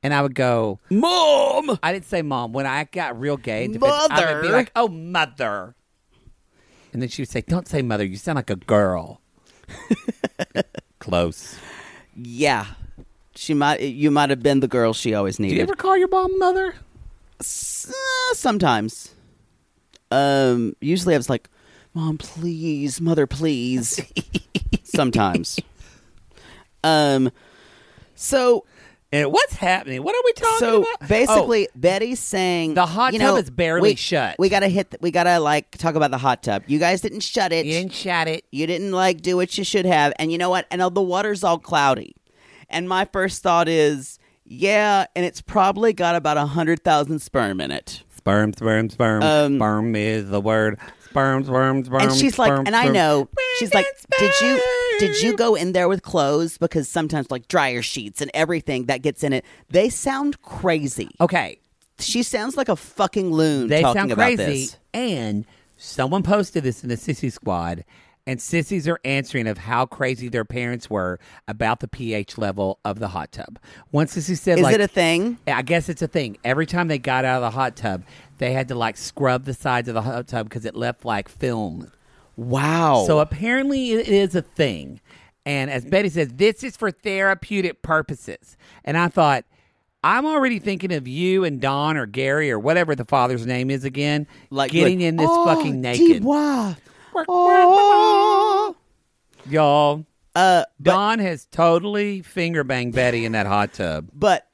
[SPEAKER 3] And I would go, "Mom." I didn't say mom. When I got real gay, and defensive, I would be
[SPEAKER 2] Mother.
[SPEAKER 3] like, "Oh, mother." And then she would say, "Don't say mother. You sound like a girl." Close.
[SPEAKER 2] Yeah. She might you might have been the girl she always
[SPEAKER 3] Do you
[SPEAKER 2] needed.
[SPEAKER 3] ever call your mom mother?
[SPEAKER 2] S- uh, sometimes. Um usually I was like, "Mom, please, mother, please." sometimes. Um so
[SPEAKER 3] And what's happening? What are we talking
[SPEAKER 2] so
[SPEAKER 3] about? Oh,
[SPEAKER 2] basically Betty's saying
[SPEAKER 3] The hot
[SPEAKER 2] you
[SPEAKER 3] tub
[SPEAKER 2] know,
[SPEAKER 3] is barely
[SPEAKER 2] we-
[SPEAKER 3] shut.
[SPEAKER 2] We got to hit th- we got to like talk about the hot tub. You guys didn't shut it.
[SPEAKER 3] you didn't shout it.
[SPEAKER 2] You didn't like do what you should have. And you know what? And uh, the water's all cloudy. And my first thought is, yeah, and it's probably got about a 100,000 sperm in it.
[SPEAKER 3] Sperm, sperm, sperm.
[SPEAKER 2] Um,
[SPEAKER 3] sperm is the word. Sperm, sperm, sperm.
[SPEAKER 2] And she's like,
[SPEAKER 3] sperm,
[SPEAKER 2] and I
[SPEAKER 3] sperm.
[SPEAKER 2] know, she's like, did you did you
[SPEAKER 3] Sperm.
[SPEAKER 2] go in there with clothes? Because sometimes like dryer sheets and everything that gets in it, they sound crazy.
[SPEAKER 3] Okay,
[SPEAKER 2] She sounds like a fucking loon
[SPEAKER 3] they
[SPEAKER 2] talking
[SPEAKER 3] sound
[SPEAKER 2] about
[SPEAKER 3] crazy.
[SPEAKER 2] this.
[SPEAKER 3] And someone posted this in the sissy squad, and sissies are answering of how crazy their parents were about the pH level of the hot tub. One sissy said,
[SPEAKER 2] Is
[SPEAKER 3] like,
[SPEAKER 2] it a thing?
[SPEAKER 3] I guess it's a thing. Every time they got out of the hot tub, they had to like scrub the sides of the hot tub because it left like film
[SPEAKER 2] Wow.
[SPEAKER 3] So apparently it is a thing. And as Betty says, this is for therapeutic purposes. And I thought, I'm already thinking of you and Don or Gary or whatever the father's name is again,
[SPEAKER 2] Like,
[SPEAKER 3] getting
[SPEAKER 2] like,
[SPEAKER 3] in this
[SPEAKER 2] "Oh,
[SPEAKER 3] fucking naked,
[SPEAKER 2] DY. Oh.
[SPEAKER 3] y'all.
[SPEAKER 2] Uh, but,
[SPEAKER 3] Don has totally finger banged Betty in that hot tub.
[SPEAKER 2] but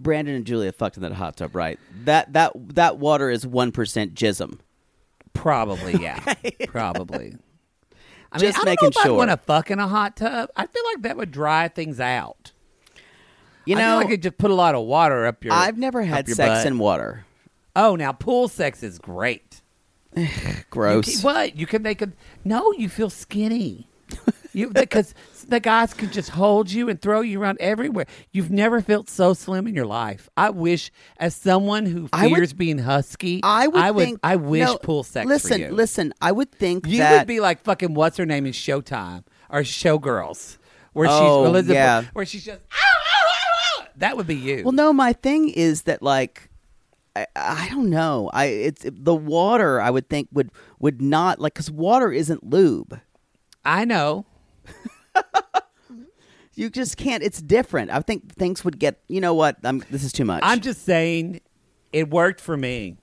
[SPEAKER 2] Brandon and Julia fucked in that hot tub, right? That that that water is one percent jism.
[SPEAKER 3] Probably, yeah. Probably. I
[SPEAKER 2] Just
[SPEAKER 3] mean, I
[SPEAKER 2] making
[SPEAKER 3] don't know if
[SPEAKER 2] sure.
[SPEAKER 3] I want to fuck in a hot tub. I feel like that would dry things out.
[SPEAKER 2] You
[SPEAKER 3] I feel
[SPEAKER 2] know,
[SPEAKER 3] like it just put a lot of water up your.
[SPEAKER 2] I've never
[SPEAKER 3] up
[SPEAKER 2] had
[SPEAKER 3] your
[SPEAKER 2] sex
[SPEAKER 3] butt.
[SPEAKER 2] in water.
[SPEAKER 3] Oh, now pool sex is great. You
[SPEAKER 2] Gross.
[SPEAKER 3] can- what you can they could no, you feel skinny. You because the guys can just hold you and throw you around everywhere. You've never felt so slim in your life. I wish, as someone who
[SPEAKER 2] I would-
[SPEAKER 3] fears being husky,
[SPEAKER 2] I would
[SPEAKER 3] I
[SPEAKER 2] think.
[SPEAKER 3] I wish
[SPEAKER 2] no,
[SPEAKER 3] pool sex. for
[SPEAKER 2] Listen,
[SPEAKER 3] you.
[SPEAKER 2] listen. I would think
[SPEAKER 3] You
[SPEAKER 2] that
[SPEAKER 3] would be like fucking what's her name in Showtime or Showgirls, where
[SPEAKER 2] Oh,
[SPEAKER 3] she's Elizabeth,
[SPEAKER 2] yeah.
[SPEAKER 3] where she's just "Ow, ow, ow, ow." that would be you.
[SPEAKER 2] Well, no, my thing is that like I, I don't know. I it's the water. I would think would would not like because water isn't lube.
[SPEAKER 3] I know.
[SPEAKER 2] You just can't. It's different. I think things would get. You know what? I'm, this is too much.
[SPEAKER 3] I'm just saying, it worked for me.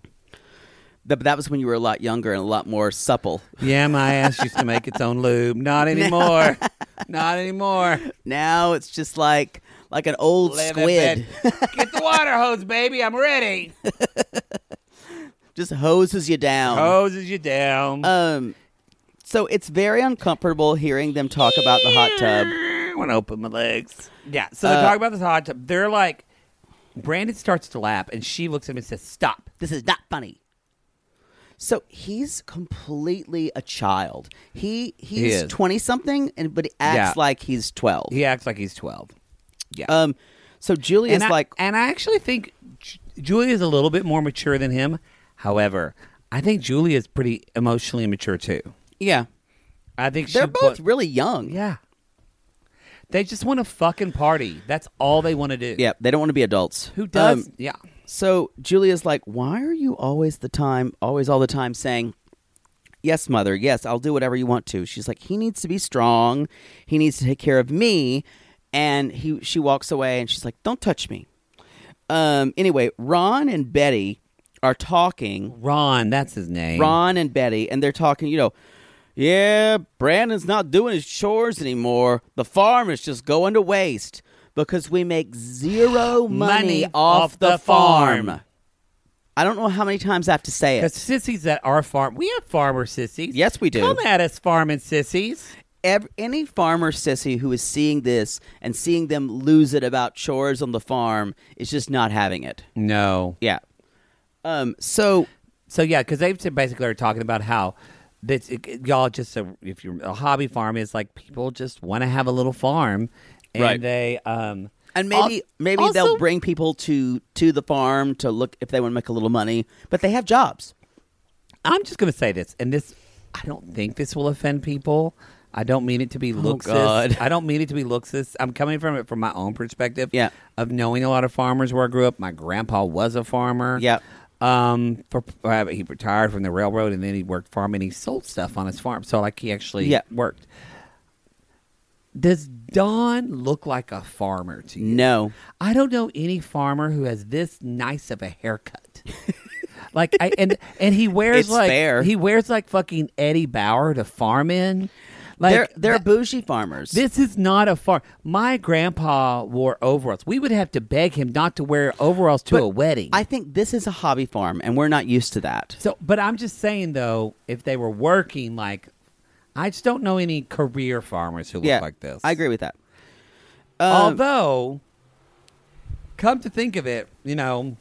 [SPEAKER 2] Th- but that was when you were a lot younger and a lot more supple.
[SPEAKER 3] Yeah, my ass used to make its own lube. Not anymore. Not anymore.
[SPEAKER 2] Now it's just like like an old
[SPEAKER 3] Live in
[SPEAKER 2] squid.
[SPEAKER 3] bed. Get the water hose, baby. I'm ready.
[SPEAKER 2] just hoses you down.
[SPEAKER 3] Hoses you down.
[SPEAKER 2] Um. So it's very uncomfortable hearing them talk about the hot tub.
[SPEAKER 3] I want to open my legs. Yeah. So they
[SPEAKER 2] Uh,
[SPEAKER 3] talk about this hot tub. They're like, Brandon starts to laugh, and she looks at him and says, "Stop."
[SPEAKER 2] This is not funny. So he's completely a child. He he's
[SPEAKER 3] is.
[SPEAKER 2] twenty something, and but he acts
[SPEAKER 3] Yeah.
[SPEAKER 2] like he's twelve.
[SPEAKER 3] He acts like he's twelve. Yeah.
[SPEAKER 2] Um, so Julia's
[SPEAKER 3] and I,
[SPEAKER 2] like,
[SPEAKER 3] and I actually think Ju- Julia's a little bit more mature than him. However, I think Julia's pretty emotionally immature too.
[SPEAKER 2] yeah,
[SPEAKER 3] I think
[SPEAKER 2] they're
[SPEAKER 3] she wa-
[SPEAKER 2] both really young.
[SPEAKER 3] Yeah. They just want to fucking party. That's all they want to do.
[SPEAKER 2] yeah, they don't want to be adults.
[SPEAKER 3] Who does?
[SPEAKER 2] Um,
[SPEAKER 3] yeah.
[SPEAKER 2] so Julia's like, why are you always the time, always all the time saying? Yes, mother. Yes, I'll do whatever you want to. She's like, he needs to be strong. He needs to take care of me. And he, she walks away, and she's like, "Don't touch me." Um. Anyway, Ron and Betty are talking,
[SPEAKER 3] Ron, that's his name.
[SPEAKER 2] Ron and Betty, and they're talking, you know, yeah, Brandon's not doing his chores anymore. The farm is just going to waste because we make zero money,
[SPEAKER 3] Money
[SPEAKER 2] off,
[SPEAKER 3] off
[SPEAKER 2] the,
[SPEAKER 3] the
[SPEAKER 2] farm.
[SPEAKER 3] farm.
[SPEAKER 2] I don't know how many times I have to say
[SPEAKER 3] Because
[SPEAKER 2] it.
[SPEAKER 3] sissies at our farm, we have farmer sissies.
[SPEAKER 2] Yes, we do.
[SPEAKER 3] Come at us, farming sissies.
[SPEAKER 2] Ev- any farmer sissy who is seeing this and seeing them lose it about chores on the farm is just not having it.
[SPEAKER 3] No.
[SPEAKER 2] Yeah. Um. So
[SPEAKER 3] So yeah, because they basically are talking about how that y'all just so if you're a hobby farm is like people just want to have a little farm, and
[SPEAKER 2] Right.
[SPEAKER 3] they um
[SPEAKER 2] And maybe
[SPEAKER 3] al-
[SPEAKER 2] maybe
[SPEAKER 3] also-
[SPEAKER 2] they'll bring people to to the farm to look if they want to make a little money, but they have jobs.
[SPEAKER 3] I'm just gonna say this, and this I don't think this will offend people. I don't mean it to be looks.
[SPEAKER 2] Oh, God.
[SPEAKER 3] I don't mean it to be looksist. I'm coming from it from my own perspective.
[SPEAKER 2] Yeah.
[SPEAKER 3] Of knowing a lot of farmers where I grew up. My grandpa was a farmer.
[SPEAKER 2] Yep.
[SPEAKER 3] Um, for uh, he retired from the railroad and then he worked farm and he sold stuff on his farm. So like he actually
[SPEAKER 2] Yeah.
[SPEAKER 3] worked. Does Don look like a farmer to you?
[SPEAKER 2] No.
[SPEAKER 3] I don't know any farmer who has this nice of a haircut. like I and and he wears
[SPEAKER 2] It's
[SPEAKER 3] like
[SPEAKER 2] fair.
[SPEAKER 3] he wears like fucking Eddie Bauer to farm in. Like
[SPEAKER 2] they're they're
[SPEAKER 3] th-
[SPEAKER 2] bougie farmers.
[SPEAKER 3] this is not a farm. My grandpa wore overalls. We would have to beg him not to wear overalls to a wedding.
[SPEAKER 2] I think this is a hobby farm and we're not used to that.
[SPEAKER 3] so but I'm just saying though, if they were working like I just don't know any career farmers who look
[SPEAKER 2] yeah.
[SPEAKER 3] like this.
[SPEAKER 2] I agree with that. Um,
[SPEAKER 3] Although, come to think of it, you know,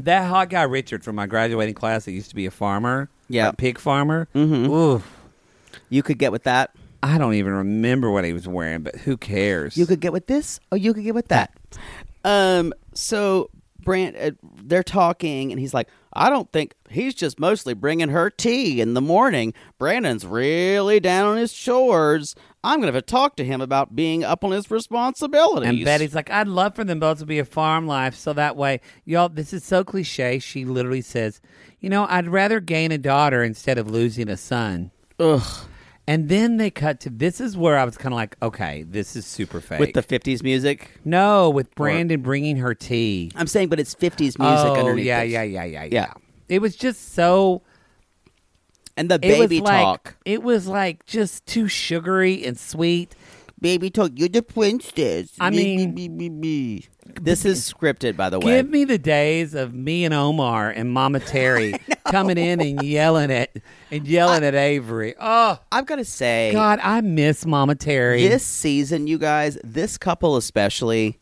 [SPEAKER 3] that hot guy Richard from my graduating class that used to be a farmer,
[SPEAKER 2] Yeah.
[SPEAKER 3] a pig farmer. Mm-hmm. Oof,
[SPEAKER 2] You could get with that.
[SPEAKER 3] I don't even remember what he was wearing, but who cares?
[SPEAKER 2] You could get with this or you could get with that. Um so Brand uh, they're talking and he's like, "I don't think he's just mostly bringing her tea in the morning. Brandon's really down on his chores. I'm going to have to talk to him about being up on his responsibilities."
[SPEAKER 3] and Betty's like, I'd love for them both to be a farm life, so that way, y'all. This is so cliche. She literally says, "You know, I'd rather gain a daughter instead of losing a son."
[SPEAKER 2] Ugh.
[SPEAKER 3] And then they cut to this is where I was kind of like, okay, this is super fake.
[SPEAKER 2] with the '50s music.
[SPEAKER 3] no, with Brandon bringing her tea.
[SPEAKER 2] I'm saying, but it's '50s music
[SPEAKER 3] oh,
[SPEAKER 2] underneath.
[SPEAKER 3] Yeah,
[SPEAKER 2] this.
[SPEAKER 3] yeah, yeah, yeah, yeah,
[SPEAKER 2] Yeah.
[SPEAKER 3] It was just so.
[SPEAKER 2] And the
[SPEAKER 3] It
[SPEAKER 2] baby
[SPEAKER 3] was like,
[SPEAKER 2] talk.
[SPEAKER 3] It was like just too sugary and sweet.
[SPEAKER 2] Baby talk. You're the princess.
[SPEAKER 3] I mean-
[SPEAKER 2] this is scripted, by the way.
[SPEAKER 3] Give me the days of me and Omar and Mama Terry coming in and yelling at and yelling at Avery. Oh
[SPEAKER 2] I've got to say,
[SPEAKER 3] God, I miss Mama Terry.
[SPEAKER 2] this season, you guys, this couple especially,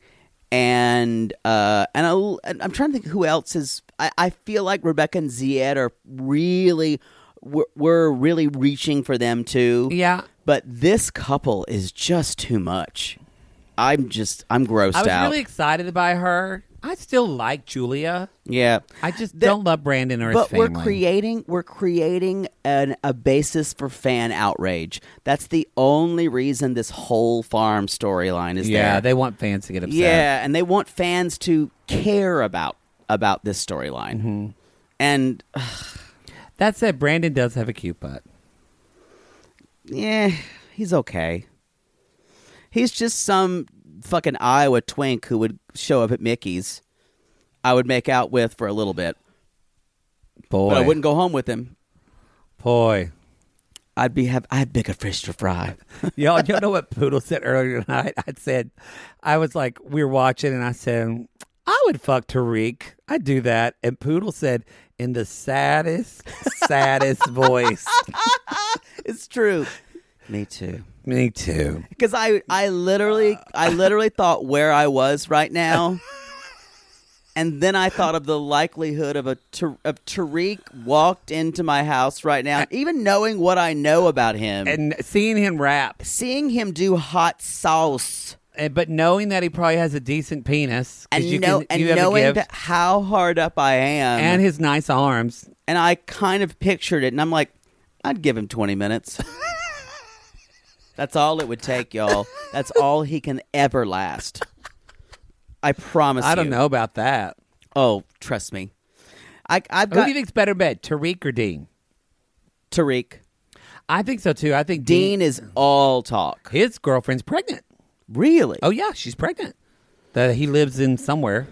[SPEAKER 2] and uh, and, I, and I'm trying to think who else is. I, I feel like Rebecca and Zied are really, we're, we're really reaching for them too.
[SPEAKER 3] yeah.
[SPEAKER 2] But this couple is just too much. I'm just, I'm grossed
[SPEAKER 3] I was
[SPEAKER 2] out.
[SPEAKER 3] really excited by her. I still like Julia.
[SPEAKER 2] yeah.
[SPEAKER 3] I just
[SPEAKER 2] That-
[SPEAKER 3] don't love Brandon or his
[SPEAKER 2] but
[SPEAKER 3] family.
[SPEAKER 2] we're creating we're creating an, a basis for fan outrage. That's the only reason this whole farm storyline is
[SPEAKER 3] yeah,
[SPEAKER 2] there.
[SPEAKER 3] they want fans to get upset.
[SPEAKER 2] yeah, and they want fans to care about about this storyline.
[SPEAKER 3] Mm-hmm.
[SPEAKER 2] And ugh,
[SPEAKER 3] That said, Brandon does have a cute butt.
[SPEAKER 2] yeah, he's okay. He's just some fucking Iowa twink who would show up at Mickey's. I would make out with for a little bit,
[SPEAKER 3] Boy,
[SPEAKER 2] but I wouldn't go home with him.
[SPEAKER 3] boy.
[SPEAKER 2] I'd be have I'd big a fish to fry.
[SPEAKER 3] Y'all, y'all know what Poodle said earlier tonight? I said, I was like, we were watching, and I said, I would fuck Tariq. I'd do that. And Poodle said, in the saddest, saddest voice.
[SPEAKER 2] it's true. Me too.
[SPEAKER 3] Me too.
[SPEAKER 2] Because I, I literally, I literally thought where I was right now, and then I thought of the likelihood of a Tar- of Tariq walked into my house right now, even knowing what I know about him, and
[SPEAKER 3] And seeing him rap,
[SPEAKER 2] seeing him do hot sauce,
[SPEAKER 3] and, but knowing that he probably has a decent penis, 'cause
[SPEAKER 2] and
[SPEAKER 3] you
[SPEAKER 2] know,
[SPEAKER 3] can,
[SPEAKER 2] and
[SPEAKER 3] you have a
[SPEAKER 2] knowing
[SPEAKER 3] gift,
[SPEAKER 2] that um, how hard up I am,
[SPEAKER 3] and his nice arms.
[SPEAKER 2] and I kind of pictured it, and I'm like, I'd give him 20 minutes. That's all it would take, y'all. That's all he can ever last. I promise.
[SPEAKER 3] I don't
[SPEAKER 2] you.
[SPEAKER 3] know about that.
[SPEAKER 2] Oh, trust me. I, I've
[SPEAKER 3] Who
[SPEAKER 2] got
[SPEAKER 3] do you think's better in bed, Tariq or Dean? Mm.
[SPEAKER 2] Tariq.
[SPEAKER 3] I think so too. I think
[SPEAKER 2] Dean is all talk.
[SPEAKER 3] his girlfriend's pregnant.
[SPEAKER 2] Really?
[SPEAKER 3] Oh yeah, she's pregnant. That he lives in somewhere.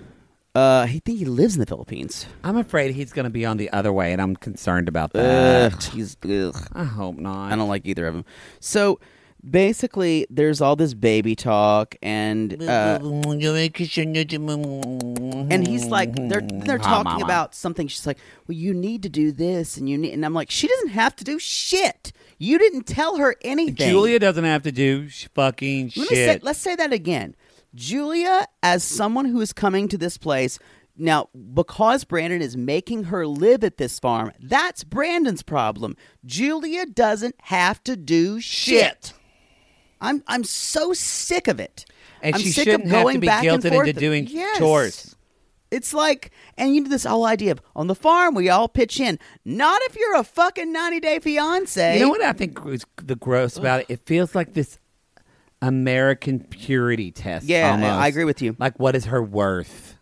[SPEAKER 2] Uh, he think he lives in the Philippines.
[SPEAKER 3] I'm afraid he's going to be on the other way, and I'm concerned about
[SPEAKER 2] Uh,
[SPEAKER 3] that.
[SPEAKER 2] Ugh, he's, ugh.
[SPEAKER 3] I hope not.
[SPEAKER 2] I don't like either of them. So basically, there's all this baby talk, and uh, and he's like, they're they're talking about something. She's like, well, you need to do this, and you need, and I'm like, she doesn't have to do shit. You didn't tell her anything.
[SPEAKER 3] Julia doesn't have to do sh- fucking
[SPEAKER 2] Let
[SPEAKER 3] shit.
[SPEAKER 2] me say, let's say that again. Julia, as someone who is coming to this place now, because Brandon is making her live at this farm, that's Brandon's problem. Julia doesn't have to do shit. I'm I'm so sick of it.
[SPEAKER 3] and
[SPEAKER 2] I'm
[SPEAKER 3] she
[SPEAKER 2] sick
[SPEAKER 3] shouldn't
[SPEAKER 2] of
[SPEAKER 3] have
[SPEAKER 2] going
[SPEAKER 3] to be
[SPEAKER 2] back and
[SPEAKER 3] guilted
[SPEAKER 2] forth.
[SPEAKER 3] into doing
[SPEAKER 2] Yes.
[SPEAKER 3] chores.
[SPEAKER 2] It's like, and you know this whole idea of on the farm we all pitch in. Not if you're a fucking ninety day fiance.
[SPEAKER 3] You know what I think is the gross about it? It feels like this American purity test.
[SPEAKER 2] Yeah, I-
[SPEAKER 3] almost.
[SPEAKER 2] I agree with you.
[SPEAKER 3] Like, what is her worth?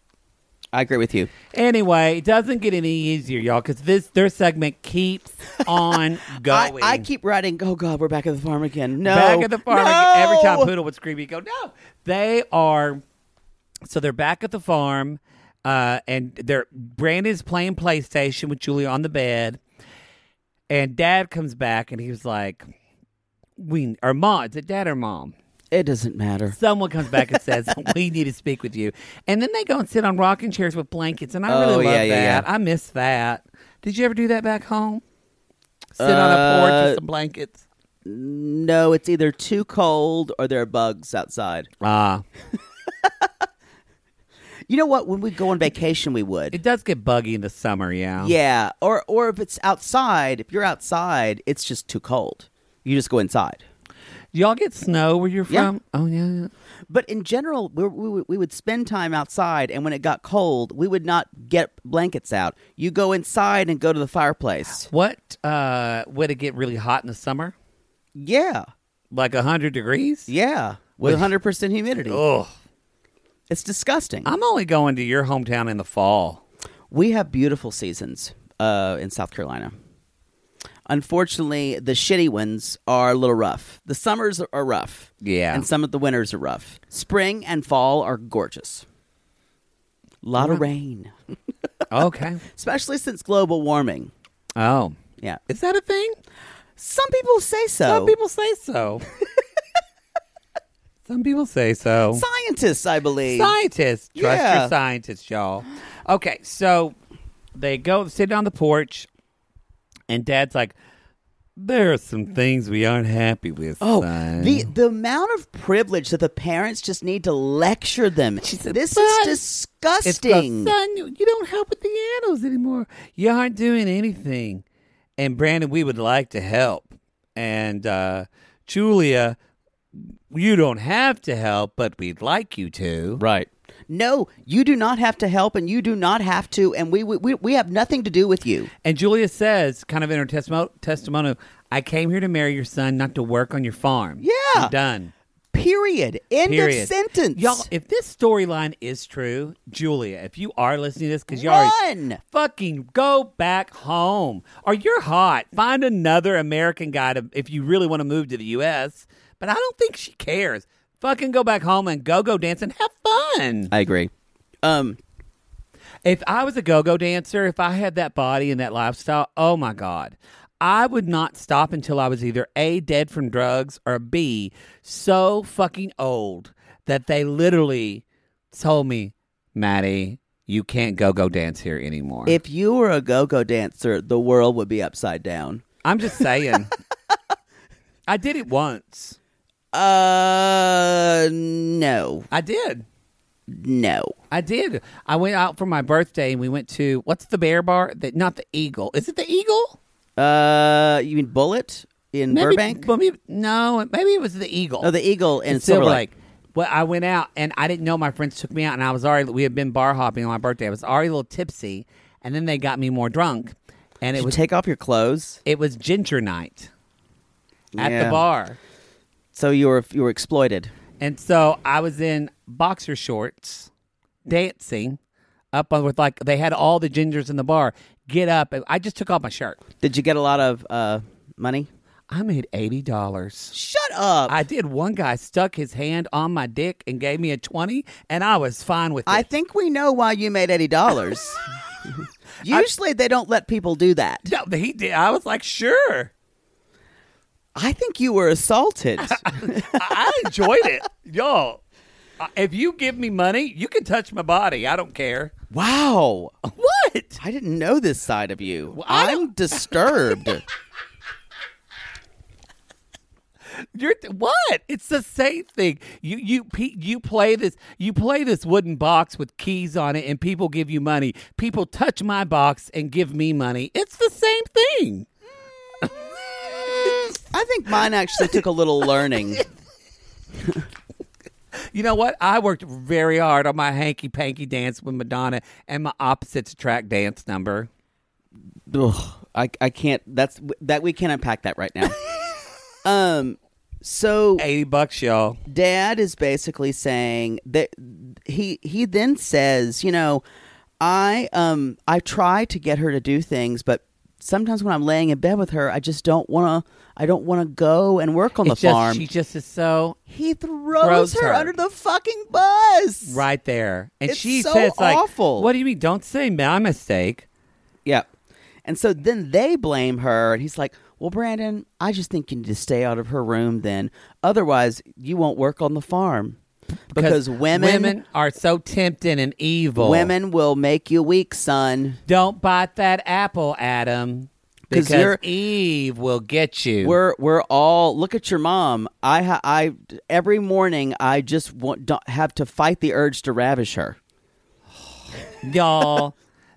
[SPEAKER 2] I agree with you.
[SPEAKER 3] Anyway, it doesn't get any easier, y'all, because this their segment keeps on
[SPEAKER 2] I,
[SPEAKER 3] going.
[SPEAKER 2] I keep writing. Oh God, we're back at the farm again. No,
[SPEAKER 3] back at the farm
[SPEAKER 2] No!
[SPEAKER 3] like, every time Poodle would scream. He'd go, "No!" They are. So they're back at the farm, uh, and they're Brandon's playing PlayStation with Julia on the bed, and Dad comes back and he was like, "We or Mom? Is it Dad or Mom?"
[SPEAKER 2] It doesn't matter.
[SPEAKER 3] Someone comes back and says, "We need to speak with you," and then they go and sit on rocking chairs with blankets, and I
[SPEAKER 2] Oh,
[SPEAKER 3] really love
[SPEAKER 2] yeah, yeah,
[SPEAKER 3] that.
[SPEAKER 2] yeah.
[SPEAKER 3] I miss that. Did you ever do that back home? Sit on a porch
[SPEAKER 2] Uh,
[SPEAKER 3] with some blankets.
[SPEAKER 2] No, it's either too cold or there are bugs outside.
[SPEAKER 3] Ah,
[SPEAKER 2] You know what? When we go on vacation, we would.
[SPEAKER 3] It does get buggy in the summer, yeah.
[SPEAKER 2] Yeah, or or if it's outside, if you're outside, it's just too cold. You just go inside.
[SPEAKER 3] Y'all get snow where you're
[SPEAKER 2] Yeah.
[SPEAKER 3] from? Oh yeah. yeah.
[SPEAKER 2] But in general, we, we, would- we would spend time outside, and when it got cold, we would not get blankets out. You go inside and go to the fireplace.
[SPEAKER 3] What uh would it get really hot in the summer?
[SPEAKER 2] Yeah,
[SPEAKER 3] Like hundred degrees?
[SPEAKER 2] yeah, with 100% humidity.
[SPEAKER 3] Ugh.
[SPEAKER 2] It's disgusting.
[SPEAKER 3] I'm only going to your hometown in the fall.
[SPEAKER 2] We have beautiful seasons uh, in South Carolina. Unfortunately, the shitty ones are a little rough. The summers are rough.
[SPEAKER 3] Yeah.
[SPEAKER 2] And some of the winters are rough. Spring and fall are gorgeous. A lot of rain,
[SPEAKER 3] Okay.
[SPEAKER 2] especially since global warming.
[SPEAKER 3] Oh.
[SPEAKER 2] Yeah.
[SPEAKER 3] Is that a thing?
[SPEAKER 2] Some people say so.
[SPEAKER 3] Some people say so. Some people say so.
[SPEAKER 2] Scientists, I believe.
[SPEAKER 3] Scientists. Trust
[SPEAKER 2] Yeah.
[SPEAKER 3] your scientists, y'all. Okay, so they go sit on the porch, and dad's like, there are some things we aren't happy with.
[SPEAKER 2] Oh,
[SPEAKER 3] son."
[SPEAKER 2] the the amount of privilege that the parents just need to lecture them. this is
[SPEAKER 3] "But It's the
[SPEAKER 2] disgusting.
[SPEAKER 3] son, you, you don't help with the animals anymore. You aren't doing anything. And Brandon, we would like to help. And uh, Julia, you don't have to help, but we'd like you to.
[SPEAKER 2] Right. No, you do not have to help, and you do not have to, and we we, we have nothing to do with you.
[SPEAKER 3] And Julia says, kind of in her testimo- testimonial, I came here to marry your son, not to work on your farm.
[SPEAKER 2] Yeah.
[SPEAKER 3] I'm done.
[SPEAKER 2] Period. End
[SPEAKER 3] Period.
[SPEAKER 2] of sentence.
[SPEAKER 3] Y'all, if this storyline is true, Julia, if you are listening to this, because you are
[SPEAKER 2] run.
[SPEAKER 3] fucking go back home. Or you're hot. Find another American guy to, if you really want to move to the U.S. But I don't think she cares. Fucking go back home and go go dance and have fun.
[SPEAKER 2] I agree. Um,
[SPEAKER 3] If I was a go go dancer, if I had that body and that lifestyle, oh my God, I would not stop until I was either A, dead from drugs, or B, so fucking old that they literally told me, Maddie, you can't go go dance here anymore.
[SPEAKER 2] if you were a go-go dancer, the world would be upside down.
[SPEAKER 3] I'm just saying. I did it once.
[SPEAKER 2] Uh, no,
[SPEAKER 3] I did.
[SPEAKER 2] no.
[SPEAKER 3] I did. I went out for my birthday and we went to what's the bear bar? That not the eagle. Is it the eagle?
[SPEAKER 2] Uh, you mean Bullet in
[SPEAKER 3] Maybe-
[SPEAKER 2] Burbank?
[SPEAKER 3] but maybe- no, maybe it was the eagle.
[SPEAKER 2] Oh, the Eagle in
[SPEAKER 3] And Silver
[SPEAKER 2] Silver
[SPEAKER 3] Lake. Well, I went out and I didn't know my friends took me out, and I was already we had been bar hopping on my birthday. I was already a little tipsy, and then they got me more drunk, and
[SPEAKER 2] Did
[SPEAKER 3] it
[SPEAKER 2] you
[SPEAKER 3] was
[SPEAKER 2] take off your clothes
[SPEAKER 3] it was ginger night at
[SPEAKER 2] Yeah.
[SPEAKER 3] the bar,
[SPEAKER 2] so you were you were exploited.
[SPEAKER 3] and so I was in boxer shorts, dancing up on with like they had all the gingers in the bar. Get up, and I just took off my shirt.
[SPEAKER 2] Did you get a lot of uh money?
[SPEAKER 3] I made eighty dollars.
[SPEAKER 2] Shut up. I,
[SPEAKER 3] I did. One guy stuck his hand on my dick and gave me a twenty, and I was fine with it.
[SPEAKER 2] think we know why you made eighty dollars. Usually they don't let people do that.
[SPEAKER 3] No, he did. I was like, sure.
[SPEAKER 2] I think you were assaulted.
[SPEAKER 3] I I enjoyed it, y'all. uh, If you give me money, you can touch my body. I don't care.
[SPEAKER 2] wow.
[SPEAKER 3] What?
[SPEAKER 2] I didn't know this side of you.
[SPEAKER 3] I
[SPEAKER 2] I'm disturbed.
[SPEAKER 3] You're th- what? It's the same thing. You you pe- you play this you play this wooden box with keys on it, and people give you money. People touch my box and give me money. It's the same thing.
[SPEAKER 2] I think mine actually took a little learning.
[SPEAKER 3] You know what? I worked very hard on my hanky panky dance with Madonna and my opposites attract dance number.
[SPEAKER 2] Ugh, I, I can't that's that we can't unpack that right now. um so
[SPEAKER 3] Eighty bucks, y'all.
[SPEAKER 2] dad is basically saying that he he then says, you know, I um I try to get her to do things, but sometimes when I'm laying in bed with her, I just don't want to I don't want to go and work on
[SPEAKER 3] It's
[SPEAKER 2] the
[SPEAKER 3] just-
[SPEAKER 2] farm.
[SPEAKER 3] she just is so
[SPEAKER 2] he throws,
[SPEAKER 3] throws
[SPEAKER 2] her,
[SPEAKER 3] her.
[SPEAKER 2] under the fucking bus.
[SPEAKER 3] right there. And
[SPEAKER 2] It's
[SPEAKER 3] she
[SPEAKER 2] so
[SPEAKER 3] says like,
[SPEAKER 2] awful.
[SPEAKER 3] "What do you mean? Don't say my mistake."
[SPEAKER 2] Yeah. And so then they blame her, and he's like, "Well, Brandon, I just think you need to stay out of her room. Then, otherwise, you won't work on the farm because, women, women,
[SPEAKER 3] are so tempting and evil.
[SPEAKER 2] will make you weak, son.
[SPEAKER 3] don't bite that apple, Adam,
[SPEAKER 2] 'Cause
[SPEAKER 3] because
[SPEAKER 2] you're-
[SPEAKER 3] Eve will get you.
[SPEAKER 2] We're we're all look at your mom. I ha- I every morning I just want don't have to fight the urge to ravish her.
[SPEAKER 3] y'all.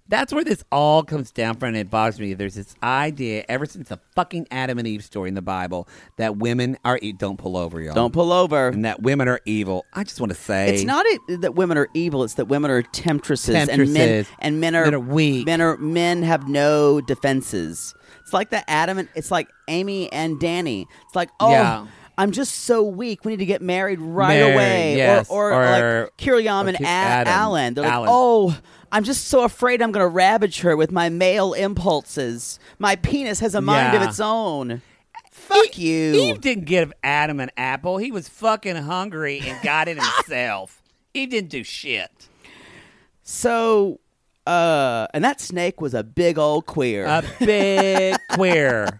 [SPEAKER 3] That's where this all comes down from, and it bothers me. There's this idea ever since the fucking Adam and Eve story in the Bible that women are e- don't pull over, y'all.
[SPEAKER 2] Don't pull over.
[SPEAKER 3] and that women are evil. I just want to say
[SPEAKER 2] It's not it, that women are evil; it's that women are temptresses, and men
[SPEAKER 3] Temptresses.
[SPEAKER 2] and men are,
[SPEAKER 3] Men are weak.
[SPEAKER 2] Men are men have no defenses. It's like the Adam and it's like Amy and Danny. It's like oh,
[SPEAKER 3] Yeah.
[SPEAKER 2] I'm just so weak. We need to get married right
[SPEAKER 3] Married,
[SPEAKER 2] away.
[SPEAKER 3] yes.
[SPEAKER 2] Or, or,
[SPEAKER 3] Or-
[SPEAKER 2] like Kiriyam
[SPEAKER 3] or
[SPEAKER 2] and
[SPEAKER 3] Ki-
[SPEAKER 2] A-
[SPEAKER 3] Adam.
[SPEAKER 2] Alan. They're
[SPEAKER 3] Alan.
[SPEAKER 2] like, oh, I'm just so afraid I'm going to ravage her with my male impulses. My penis has a mind of
[SPEAKER 3] Yeah. E-
[SPEAKER 2] its own. Fuck you.
[SPEAKER 3] Eve didn't give Adam an apple. He was fucking hungry and got it himself. Eve didn't do shit.
[SPEAKER 2] So, uh, and that snake was a big old queer.
[SPEAKER 3] A big queer.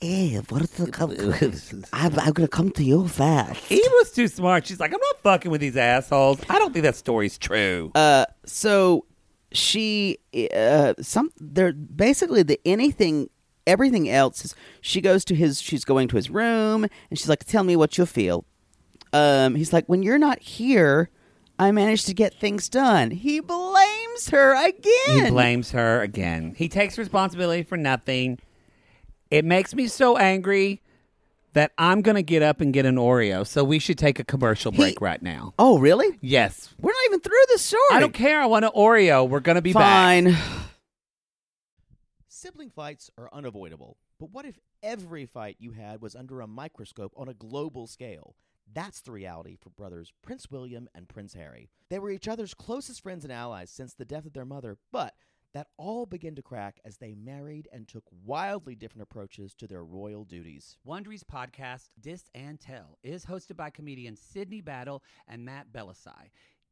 [SPEAKER 2] Hey, Eh, what is the come? I'm, I'm gonna come to you fast.
[SPEAKER 3] Eve was too smart. She's like, I'm not fucking with these assholes. I don't think that story's true.
[SPEAKER 2] Uh, so she, uh, some they're basically the anything, everything else is. She goes to his. She's going to his room, and she's like, "Tell me what you feel." Um, he's like, "When you're not here." I managed to get things done. He blames her again.
[SPEAKER 3] He blames her again. He takes responsibility for nothing. It makes me so angry that I'm going to get up and get an Oreo. So we should take a commercial break right now.
[SPEAKER 2] oh, really?
[SPEAKER 3] Yes.
[SPEAKER 2] We're not even through the story.
[SPEAKER 3] I don't care. I want an Oreo. We're going to be back.
[SPEAKER 2] Fine.
[SPEAKER 6] Sibling fights are unavoidable, but what if every fight you had was under a microscope on a global scale? That's the reality for brothers Prince William and Prince Harry. They were each other's closest friends and allies since the death of their mother, but that all began to crack as they married and took wildly different approaches to their royal duties.
[SPEAKER 3] Wondery's podcast, Dis and Tell, is hosted by comedians Sydney Battle and Matt Belisai.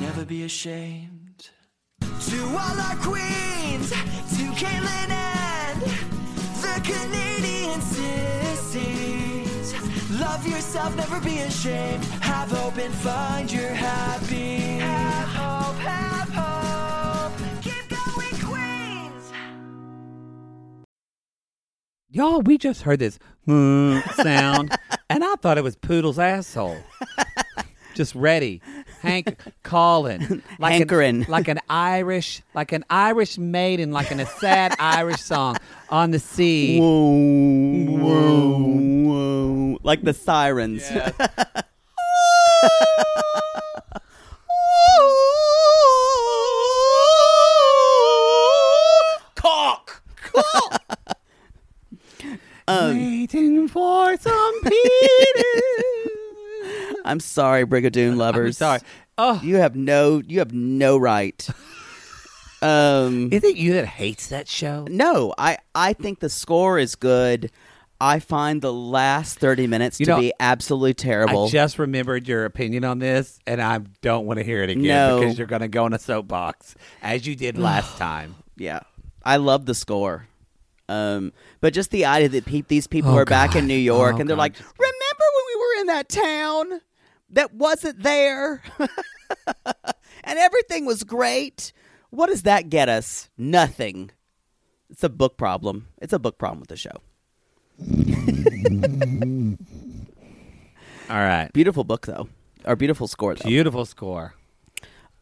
[SPEAKER 7] never be ashamed. To all our queens, to Caitlin and the Canadian sissies. Love yourself, never be ashamed. Have hope and find your happy. Have hope, have hope. Keep going, Queens.
[SPEAKER 3] Y'all, we just heard this "Hmm" sound, and I thought it was Poodle's asshole. Just ready, Hank calling,
[SPEAKER 2] Hankering.
[SPEAKER 3] an, like an Irish, like an Irish maiden, like in a sad Irish song on the sea.
[SPEAKER 2] Whoa, whoa, whoa. Like the sirens.
[SPEAKER 3] Cock, cock. Waiting for some penis.
[SPEAKER 2] I'm sorry, Brigadoon
[SPEAKER 3] I'm
[SPEAKER 2] lovers.
[SPEAKER 3] sorry. Oh,
[SPEAKER 2] You have no you have no right. Um
[SPEAKER 3] is it you that hates that show?
[SPEAKER 2] no, I I think the score is good. I find the last 30 minutes
[SPEAKER 3] You
[SPEAKER 2] to
[SPEAKER 3] know,
[SPEAKER 2] be absolutely terrible.
[SPEAKER 3] I just remembered your opinion on this, and I don't want to hear it again
[SPEAKER 2] No.
[SPEAKER 3] because you're going to go in a soapbox as you did last time.
[SPEAKER 2] yeah. I love the score. Um, but just the idea that pe- these
[SPEAKER 3] Oh,
[SPEAKER 2] people are back in New York and they're like, "Remember when we were in that town that wasn't there, and everything was great? What does that get us? Nothing. It's a book problem. It's a book problem with the show.
[SPEAKER 3] All right,
[SPEAKER 2] Beautiful book though, or beautiful score though.
[SPEAKER 3] beautiful score.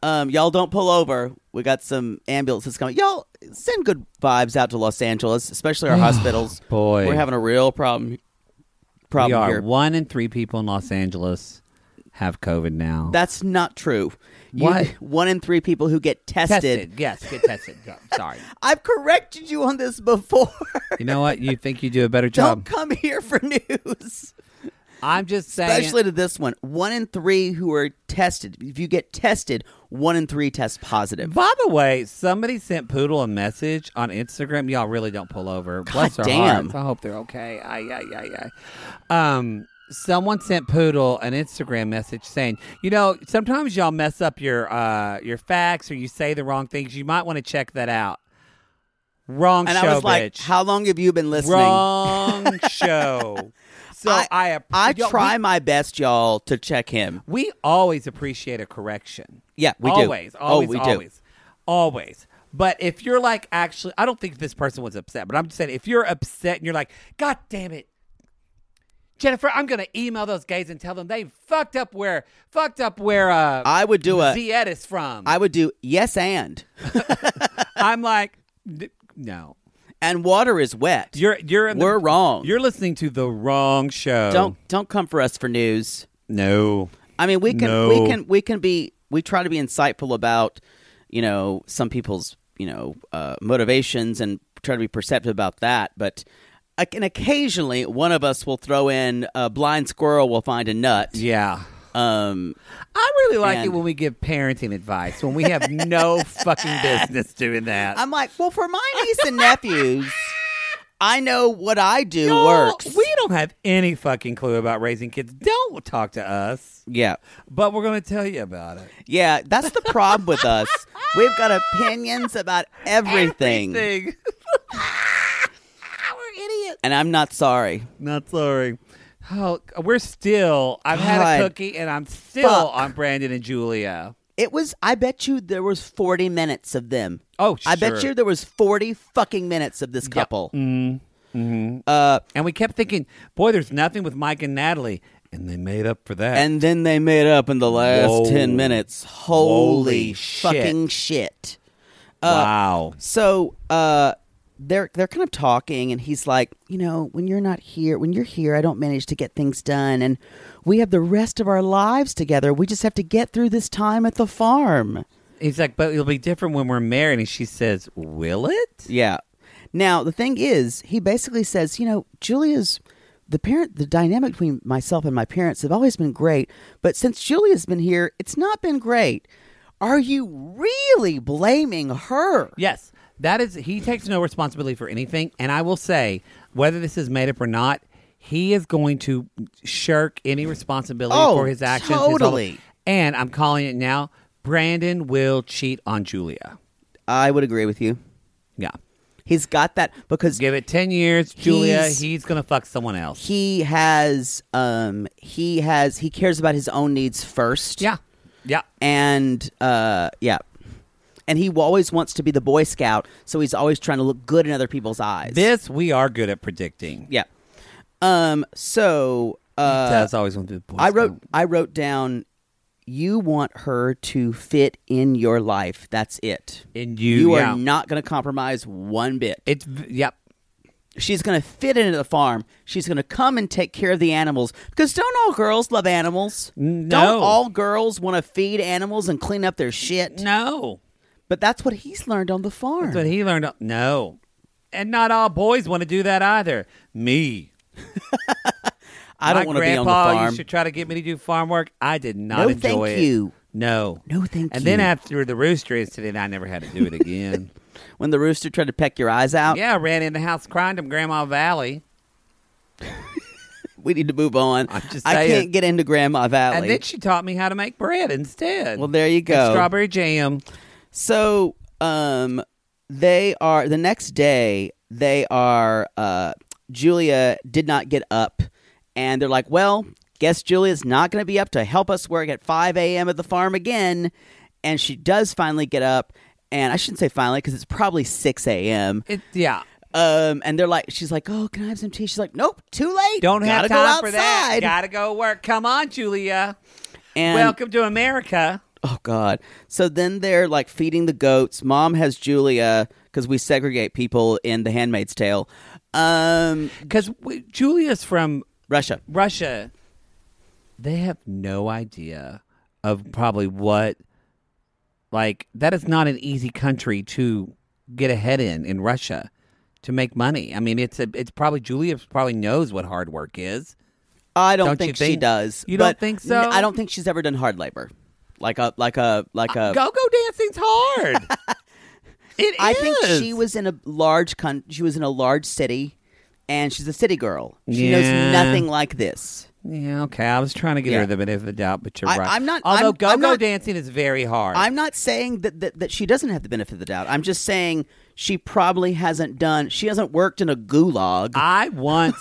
[SPEAKER 2] um, y'all don't pull over. We got some ambulances coming. Y'all send good vibes out to Los Angeles, especially our hospitals.
[SPEAKER 3] boy.
[SPEAKER 2] we're having a real problem.
[SPEAKER 3] we
[SPEAKER 2] Problem
[SPEAKER 3] are
[SPEAKER 2] here.
[SPEAKER 3] one in three people in Los Angeles have COVID now.
[SPEAKER 2] That's not true. You-
[SPEAKER 3] What?
[SPEAKER 2] One in three people who get tested.
[SPEAKER 3] yes, get tested. Go- Sorry,
[SPEAKER 2] I've corrected you on this before.
[SPEAKER 3] you know what? You think you do a better
[SPEAKER 2] Don't
[SPEAKER 3] job?
[SPEAKER 2] come here for news.
[SPEAKER 3] I'm just saying.
[SPEAKER 2] Especially to this one. One in three who are tested. If you get tested, one in three test positive.
[SPEAKER 3] By the way, somebody sent Poodle a message on Instagram. Y'all really don't pull over. Bless their
[SPEAKER 2] damn.
[SPEAKER 3] hearts. I hope they're okay. Ay, ay, ay, ay. Um, someone sent Poodle an Instagram message saying, "You know, sometimes y'all mess up your uh, your facts or you say the wrong things. You might want to check that out." Wrong
[SPEAKER 2] and
[SPEAKER 3] show,
[SPEAKER 2] I was like,
[SPEAKER 3] bitch.
[SPEAKER 2] how long have you been listening?
[SPEAKER 3] Wrong show. So I I, app-
[SPEAKER 2] I
[SPEAKER 3] y'all, we-
[SPEAKER 2] try my best, y'all, to check him.
[SPEAKER 3] we always appreciate a correction.
[SPEAKER 2] Yeah, we do.
[SPEAKER 3] always,
[SPEAKER 2] Oh,
[SPEAKER 3] Always,
[SPEAKER 2] we do.
[SPEAKER 3] always, always. But if you're like actually, I don't think this person was upset. But I'm just saying, if you're upset and you're like, God damn it, Jennifer, I'm gonna email those gays and tell them they fucked up where fucked up where uh,
[SPEAKER 2] I would do a.
[SPEAKER 3] Ziet is from.
[SPEAKER 2] I would do yes and.
[SPEAKER 3] I'm like, "N- no,
[SPEAKER 2] And water is wet.
[SPEAKER 3] you're you're in the-
[SPEAKER 2] We're wrong.
[SPEAKER 3] You're listening to the wrong show.
[SPEAKER 2] don't don't come for us for news.
[SPEAKER 3] no.
[SPEAKER 2] I mean, we can
[SPEAKER 3] No.
[SPEAKER 2] we can we can be we try to be insightful about you know some people's you know uh, motivations and try to be perceptive about that, but. I can occasionally one of us will throw in a blind squirrel will find a nut.
[SPEAKER 3] Yeah.
[SPEAKER 2] Um,
[SPEAKER 3] I really like it
[SPEAKER 2] And-
[SPEAKER 3] when we give parenting advice when we have no fucking business doing that.
[SPEAKER 2] I'm like, well, for my niece and nephews, I know what I do
[SPEAKER 3] Y'all,
[SPEAKER 2] works.
[SPEAKER 3] We don't have any fucking clue about raising kids. Don't talk to us,
[SPEAKER 2] yeah,
[SPEAKER 3] but we're going to tell you about it.
[SPEAKER 2] yeah, that's the problem with us. We've got opinions about everything,
[SPEAKER 3] Thing.
[SPEAKER 2] and I'm not sorry.
[SPEAKER 3] Not sorry. Oh, we're still. I've had a
[SPEAKER 2] God.
[SPEAKER 3] cookie, and I'm still
[SPEAKER 2] Fuck.
[SPEAKER 3] on Brandon and Julia.
[SPEAKER 2] It was. I bet you there was 40 minutes of them.
[SPEAKER 3] Oh,
[SPEAKER 2] I bet
[SPEAKER 3] sure. Mm.
[SPEAKER 2] you there was 40 fucking minutes of this couple. Uh,
[SPEAKER 3] And we kept thinking, boy, there's nothing with Mike and Natalie, and they made up for that.
[SPEAKER 2] and then they made up in the last
[SPEAKER 3] Whoa.
[SPEAKER 2] 10 minutes. Holy,
[SPEAKER 3] Holy shit.
[SPEAKER 2] fucking shit.
[SPEAKER 3] uh, wow,
[SPEAKER 2] So uh, they're they're kind of talking, and he's like, you know, when you're not here, when you're here, I don't manage to get things done, and we have the rest of our lives together. We just have to get through this time at the farm.
[SPEAKER 3] he's like, but it'll be different when we're married. And she says, "Will it?"
[SPEAKER 2] Yeah. Now the thing is, he basically says, you know, Julia's the parent. The dynamic between myself and my parents have always been great, but since Julia's been here, it's not been great. Are you really blaming her?
[SPEAKER 3] Yes. That is he takes no responsibility for anything and I will say whether this is made up or not he is going to shirk any responsibility
[SPEAKER 2] Oh,
[SPEAKER 3] for his actions his whole-
[SPEAKER 2] totally.
[SPEAKER 3] and I'm calling it now Brandon will cheat on Julia.
[SPEAKER 2] I would agree with you.
[SPEAKER 3] Yeah.
[SPEAKER 2] He's got that because
[SPEAKER 3] Give it 10 years Julia
[SPEAKER 2] He's-
[SPEAKER 3] he's, going to fuck someone else.
[SPEAKER 2] he has um he has he cares about his own needs first
[SPEAKER 3] Yeah. Yeah.
[SPEAKER 2] and uh yeah and he always wants to be the boy scout so he's always trying to look good in other people's eyes
[SPEAKER 3] This we are good at predicting.
[SPEAKER 2] yeah um so uh
[SPEAKER 3] That's always going to be the Boy
[SPEAKER 2] i wrote
[SPEAKER 3] Scout.
[SPEAKER 2] i wrote down you want her to fit in your life that's it
[SPEAKER 3] And you- yeah.
[SPEAKER 2] are not going to compromise one bit
[SPEAKER 3] it's v- yep.
[SPEAKER 2] She's going to fit into the farm. She's going to come and take care of the animals. Because don't all girls love animals?
[SPEAKER 3] No.
[SPEAKER 2] Don't all girls want to feed animals and clean up their shit?
[SPEAKER 3] No.
[SPEAKER 2] But that's what he's learned on the farm.
[SPEAKER 3] But he learned no. And not all boys want to do that either. Me
[SPEAKER 2] I don't
[SPEAKER 3] My
[SPEAKER 2] want to be on the
[SPEAKER 3] grandpa
[SPEAKER 2] farm.
[SPEAKER 3] used to try to get me to do farm work. I did not
[SPEAKER 2] No,
[SPEAKER 3] enjoy
[SPEAKER 2] thank
[SPEAKER 3] it.
[SPEAKER 2] you.
[SPEAKER 3] No.
[SPEAKER 2] No, thank
[SPEAKER 3] And then
[SPEAKER 2] you.
[SPEAKER 3] after the rooster incident, I never had to do it again.
[SPEAKER 2] When the rooster tried to peck your eyes out,
[SPEAKER 3] yeah, I ran in the house crying to Grandma Valley.
[SPEAKER 2] we need to move on.
[SPEAKER 3] I'm just
[SPEAKER 2] I
[SPEAKER 3] saying.
[SPEAKER 2] can't get into Grandma Valley.
[SPEAKER 3] And then she taught me how to make bread instead.
[SPEAKER 2] well, there you
[SPEAKER 3] And
[SPEAKER 2] go.
[SPEAKER 3] strawberry jam.
[SPEAKER 2] So, um, they are the next day. They are. Uh, Julia did not get up, and they're like, "Well, guess Julia's not going to be up to help us work at five a.m. at the farm again." And she does finally get up, and I shouldn't say finally because it's probably six a.m.
[SPEAKER 3] It, yeah.
[SPEAKER 2] Um, and they're like, "She's like, oh, can I have some tea?" She's like, "Nope, too late.
[SPEAKER 3] Don't
[SPEAKER 2] Gotta
[SPEAKER 3] have
[SPEAKER 2] go
[SPEAKER 3] time for that.
[SPEAKER 2] outside."
[SPEAKER 3] Gotta go work. Come on, Julia.
[SPEAKER 2] And-
[SPEAKER 3] Welcome to America.
[SPEAKER 2] Oh God! So then they're like feeding the goats. Mom has Julia because we segregate people in The Handmaid's Tale. Um,
[SPEAKER 3] Because Julia's from
[SPEAKER 2] Russia.
[SPEAKER 3] Russia, they have no idea of probably what, like, that is not an easy country to get ahead in in Russia to make money. I mean, it's a, it's probably Julia probably knows what hard work is.
[SPEAKER 2] I don't,
[SPEAKER 3] Don't you
[SPEAKER 2] think, she
[SPEAKER 3] think-
[SPEAKER 2] does.
[SPEAKER 3] you don't
[SPEAKER 2] but
[SPEAKER 3] think
[SPEAKER 2] n-
[SPEAKER 3] so?
[SPEAKER 2] I don't think she's ever done hard labor, like a like a like a.
[SPEAKER 3] Go go dancing's hard. It is.
[SPEAKER 2] I think she was in a large con- she was in a large city, and she's a city girl. She
[SPEAKER 3] Yeah.
[SPEAKER 2] knows nothing like this.
[SPEAKER 3] Yeah, okay. I was trying to give her the benefit of the doubt, but you're
[SPEAKER 2] I-
[SPEAKER 3] right.
[SPEAKER 2] I'm not-
[SPEAKER 3] Although
[SPEAKER 2] I'm-
[SPEAKER 3] go
[SPEAKER 2] I'm
[SPEAKER 3] go
[SPEAKER 2] not-
[SPEAKER 3] dancing is very hard.
[SPEAKER 2] I'm not saying that, that that she doesn't have the benefit of the doubt. I'm just saying she probably hasn't done. She hasn't worked in a gulag
[SPEAKER 3] I once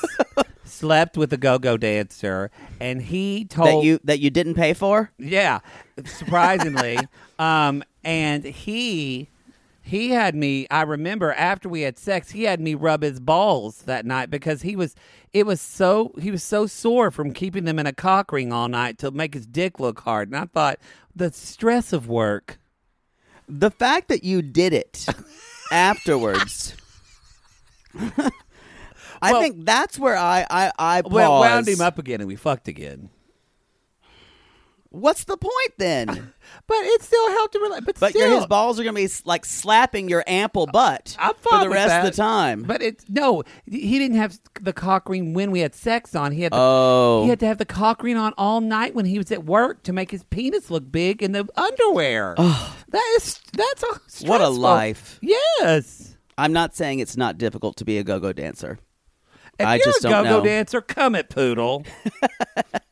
[SPEAKER 3] slept with a go go dancer, and he told
[SPEAKER 2] that you that you didn't pay for.
[SPEAKER 3] Yeah, surprisingly. um, and he he had me. I remember after we had sex, he had me rub his balls that night because he was it was so he was so sore from keeping them in a cock ring all night to make his dick look hard. And I thought the stress of work.
[SPEAKER 2] The fact that you did it afterwards. I
[SPEAKER 3] Well-
[SPEAKER 2] think that's where I I I pause.
[SPEAKER 3] Well, wound him up again, and we fucked again.
[SPEAKER 2] What's the point then?
[SPEAKER 3] But it still helped him. Relax. But,
[SPEAKER 2] But your
[SPEAKER 3] still,
[SPEAKER 2] his balls are going to be like slapping your ample butt
[SPEAKER 3] I'm
[SPEAKER 2] for
[SPEAKER 3] fine
[SPEAKER 2] the
[SPEAKER 3] with
[SPEAKER 2] rest of
[SPEAKER 3] that.
[SPEAKER 2] the time.
[SPEAKER 3] But it's no, he didn't have the cock ring when we had sex on. He had the,
[SPEAKER 2] Oh.
[SPEAKER 3] he had to have the cock ring on all night when he was at work to make his penis look big in the underwear. that is that's a stressful.
[SPEAKER 2] What a life.
[SPEAKER 3] Yes.
[SPEAKER 2] I'm not saying it's not difficult to be a go-go dancer.
[SPEAKER 3] If
[SPEAKER 2] I
[SPEAKER 3] you're
[SPEAKER 2] just
[SPEAKER 3] a
[SPEAKER 2] don't
[SPEAKER 3] go-go
[SPEAKER 2] know.
[SPEAKER 3] dancer, come at poodle.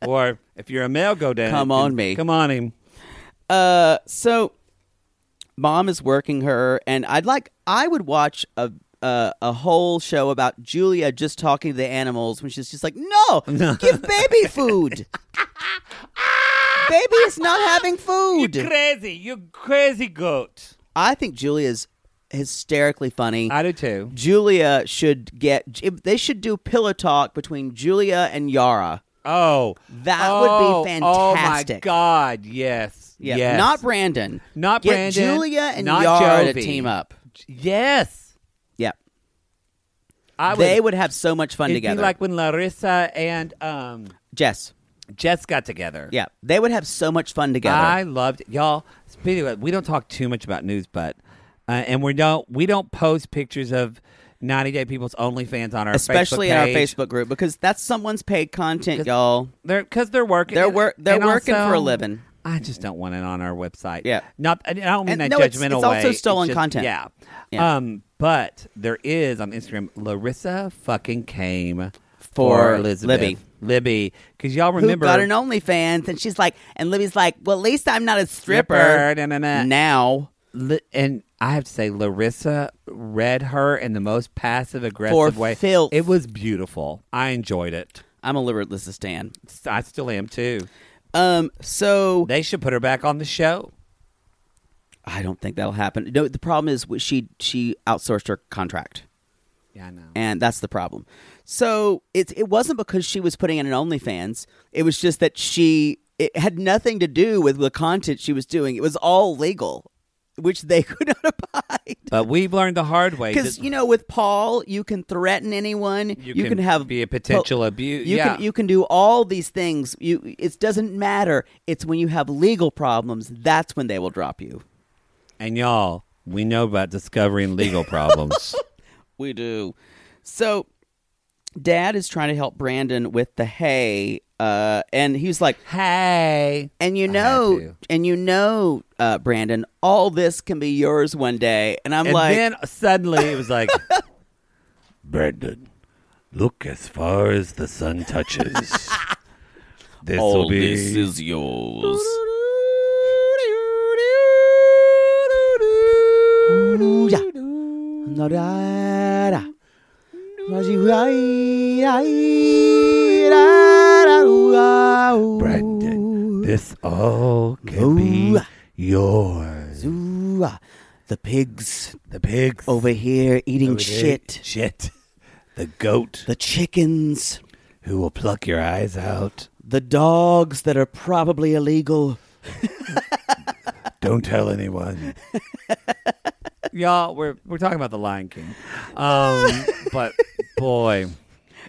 [SPEAKER 3] or if you're a male go dancer,
[SPEAKER 2] Come on me.
[SPEAKER 3] Come on him.
[SPEAKER 2] Uh, so mom is working her, and I'd like I would watch a. Uh, a whole show about Julia just talking to the animals when she's just like, "No, give baby food. baby is not having food."
[SPEAKER 3] Crazy, you crazy goat.
[SPEAKER 2] I think Julia's hysterically funny.
[SPEAKER 3] I do too.
[SPEAKER 2] Julia should get. They should do pillow talk between Julia and Yara.
[SPEAKER 3] Oh,
[SPEAKER 2] That would be
[SPEAKER 3] Oh, Oh my
[SPEAKER 2] fantastic.
[SPEAKER 3] God! Yes,
[SPEAKER 2] Yeah,
[SPEAKER 3] yes.
[SPEAKER 2] not Brandon.
[SPEAKER 3] Not
[SPEAKER 2] get
[SPEAKER 3] Brandon,
[SPEAKER 2] Julia and
[SPEAKER 3] not
[SPEAKER 2] Yara to
[SPEAKER 3] Jovi.
[SPEAKER 2] team up.
[SPEAKER 3] Yes,
[SPEAKER 2] Yeah,
[SPEAKER 3] I
[SPEAKER 2] they would have so much fun
[SPEAKER 3] it'd
[SPEAKER 2] together.
[SPEAKER 3] Be like when Larissa and um,
[SPEAKER 2] Jess.
[SPEAKER 3] Jess got together.
[SPEAKER 2] Yeah, they would have so much fun together.
[SPEAKER 3] I loved y'all. Speaking of, we don't talk too much about news, but uh, and we don't we don't post pictures of 90 Day People's OnlyFans on our
[SPEAKER 2] Especially
[SPEAKER 3] Facebook
[SPEAKER 2] in our
[SPEAKER 3] page.
[SPEAKER 2] Facebook group because that's someone's paid content, y'all.
[SPEAKER 3] They're because they're working.
[SPEAKER 2] They're
[SPEAKER 3] and-
[SPEAKER 2] wor- they're
[SPEAKER 3] and
[SPEAKER 2] working
[SPEAKER 3] also,
[SPEAKER 2] for a living.
[SPEAKER 3] I just don't want it on our website.
[SPEAKER 2] Yeah.
[SPEAKER 3] not. I don't mean
[SPEAKER 2] And
[SPEAKER 3] that
[SPEAKER 2] no, it's-
[SPEAKER 3] judgmental
[SPEAKER 2] it's also
[SPEAKER 3] way.
[SPEAKER 2] stolen
[SPEAKER 3] just-
[SPEAKER 2] content.
[SPEAKER 3] Yeah.
[SPEAKER 2] Yeah.
[SPEAKER 3] Um, but there is on Instagram. Larissa fucking came
[SPEAKER 2] For
[SPEAKER 3] Elizabeth
[SPEAKER 2] Libby.
[SPEAKER 3] Libby, because y'all
[SPEAKER 2] Who
[SPEAKER 3] remember
[SPEAKER 2] got an OnlyFans? And she's like, and Libby's like, well, at least I'm not a stripper,
[SPEAKER 3] Stripper, na, na, na.
[SPEAKER 2] now
[SPEAKER 3] Li- and I have to say, Larissa read her in the most passive
[SPEAKER 2] For
[SPEAKER 3] aggressive way.
[SPEAKER 2] filth.
[SPEAKER 3] It was beautiful. I enjoyed it.
[SPEAKER 2] I'm a liberal. This is Stan.
[SPEAKER 3] S- I still am too.
[SPEAKER 2] Um, so
[SPEAKER 3] They should put her back on the show.
[SPEAKER 2] I don't think that'll happen. No, the problem is wh- she she outsourced her contract,
[SPEAKER 3] Yeah, I know.
[SPEAKER 2] and that's the problem. So it it wasn't because she was putting in an OnlyFans. It was just that she it had nothing to do with the content she was doing. It was all legal, which they could not abide.
[SPEAKER 3] But we've learned the hard way.
[SPEAKER 2] Because
[SPEAKER 3] that-
[SPEAKER 2] you know, with Paul, you can threaten anyone. You,
[SPEAKER 3] can
[SPEAKER 2] have
[SPEAKER 3] be a potential abu-
[SPEAKER 2] You
[SPEAKER 3] yeah.
[SPEAKER 2] can you can do all these things. You it doesn't matter. It's when you have legal problems that's when they will drop you.
[SPEAKER 3] And y'all, we know about discovering legal problems.
[SPEAKER 2] We do. So, Dad is trying to help Brandon with the hay, uh, and he's like,
[SPEAKER 3] hey.
[SPEAKER 2] and
[SPEAKER 3] I
[SPEAKER 2] you
[SPEAKER 3] had
[SPEAKER 2] know,
[SPEAKER 3] to.
[SPEAKER 2] and you know, uh, Brandon, all this can be yours one day. And I'm
[SPEAKER 3] and
[SPEAKER 2] like,
[SPEAKER 3] then suddenly it was like, Brendan, look as far as the sun touches. This will be.
[SPEAKER 2] yours.
[SPEAKER 3] Brendan, this all can be yours.
[SPEAKER 2] The pigs
[SPEAKER 3] The pigs
[SPEAKER 2] over here eating
[SPEAKER 3] over there-
[SPEAKER 2] shit.
[SPEAKER 3] shit. The goat
[SPEAKER 2] The chickens.
[SPEAKER 3] who will pluck your eyes out.
[SPEAKER 2] The dogs that are probably illegal.
[SPEAKER 3] Don't tell anyone. Y'all, we're we're talking about the Lion King, um, but boy,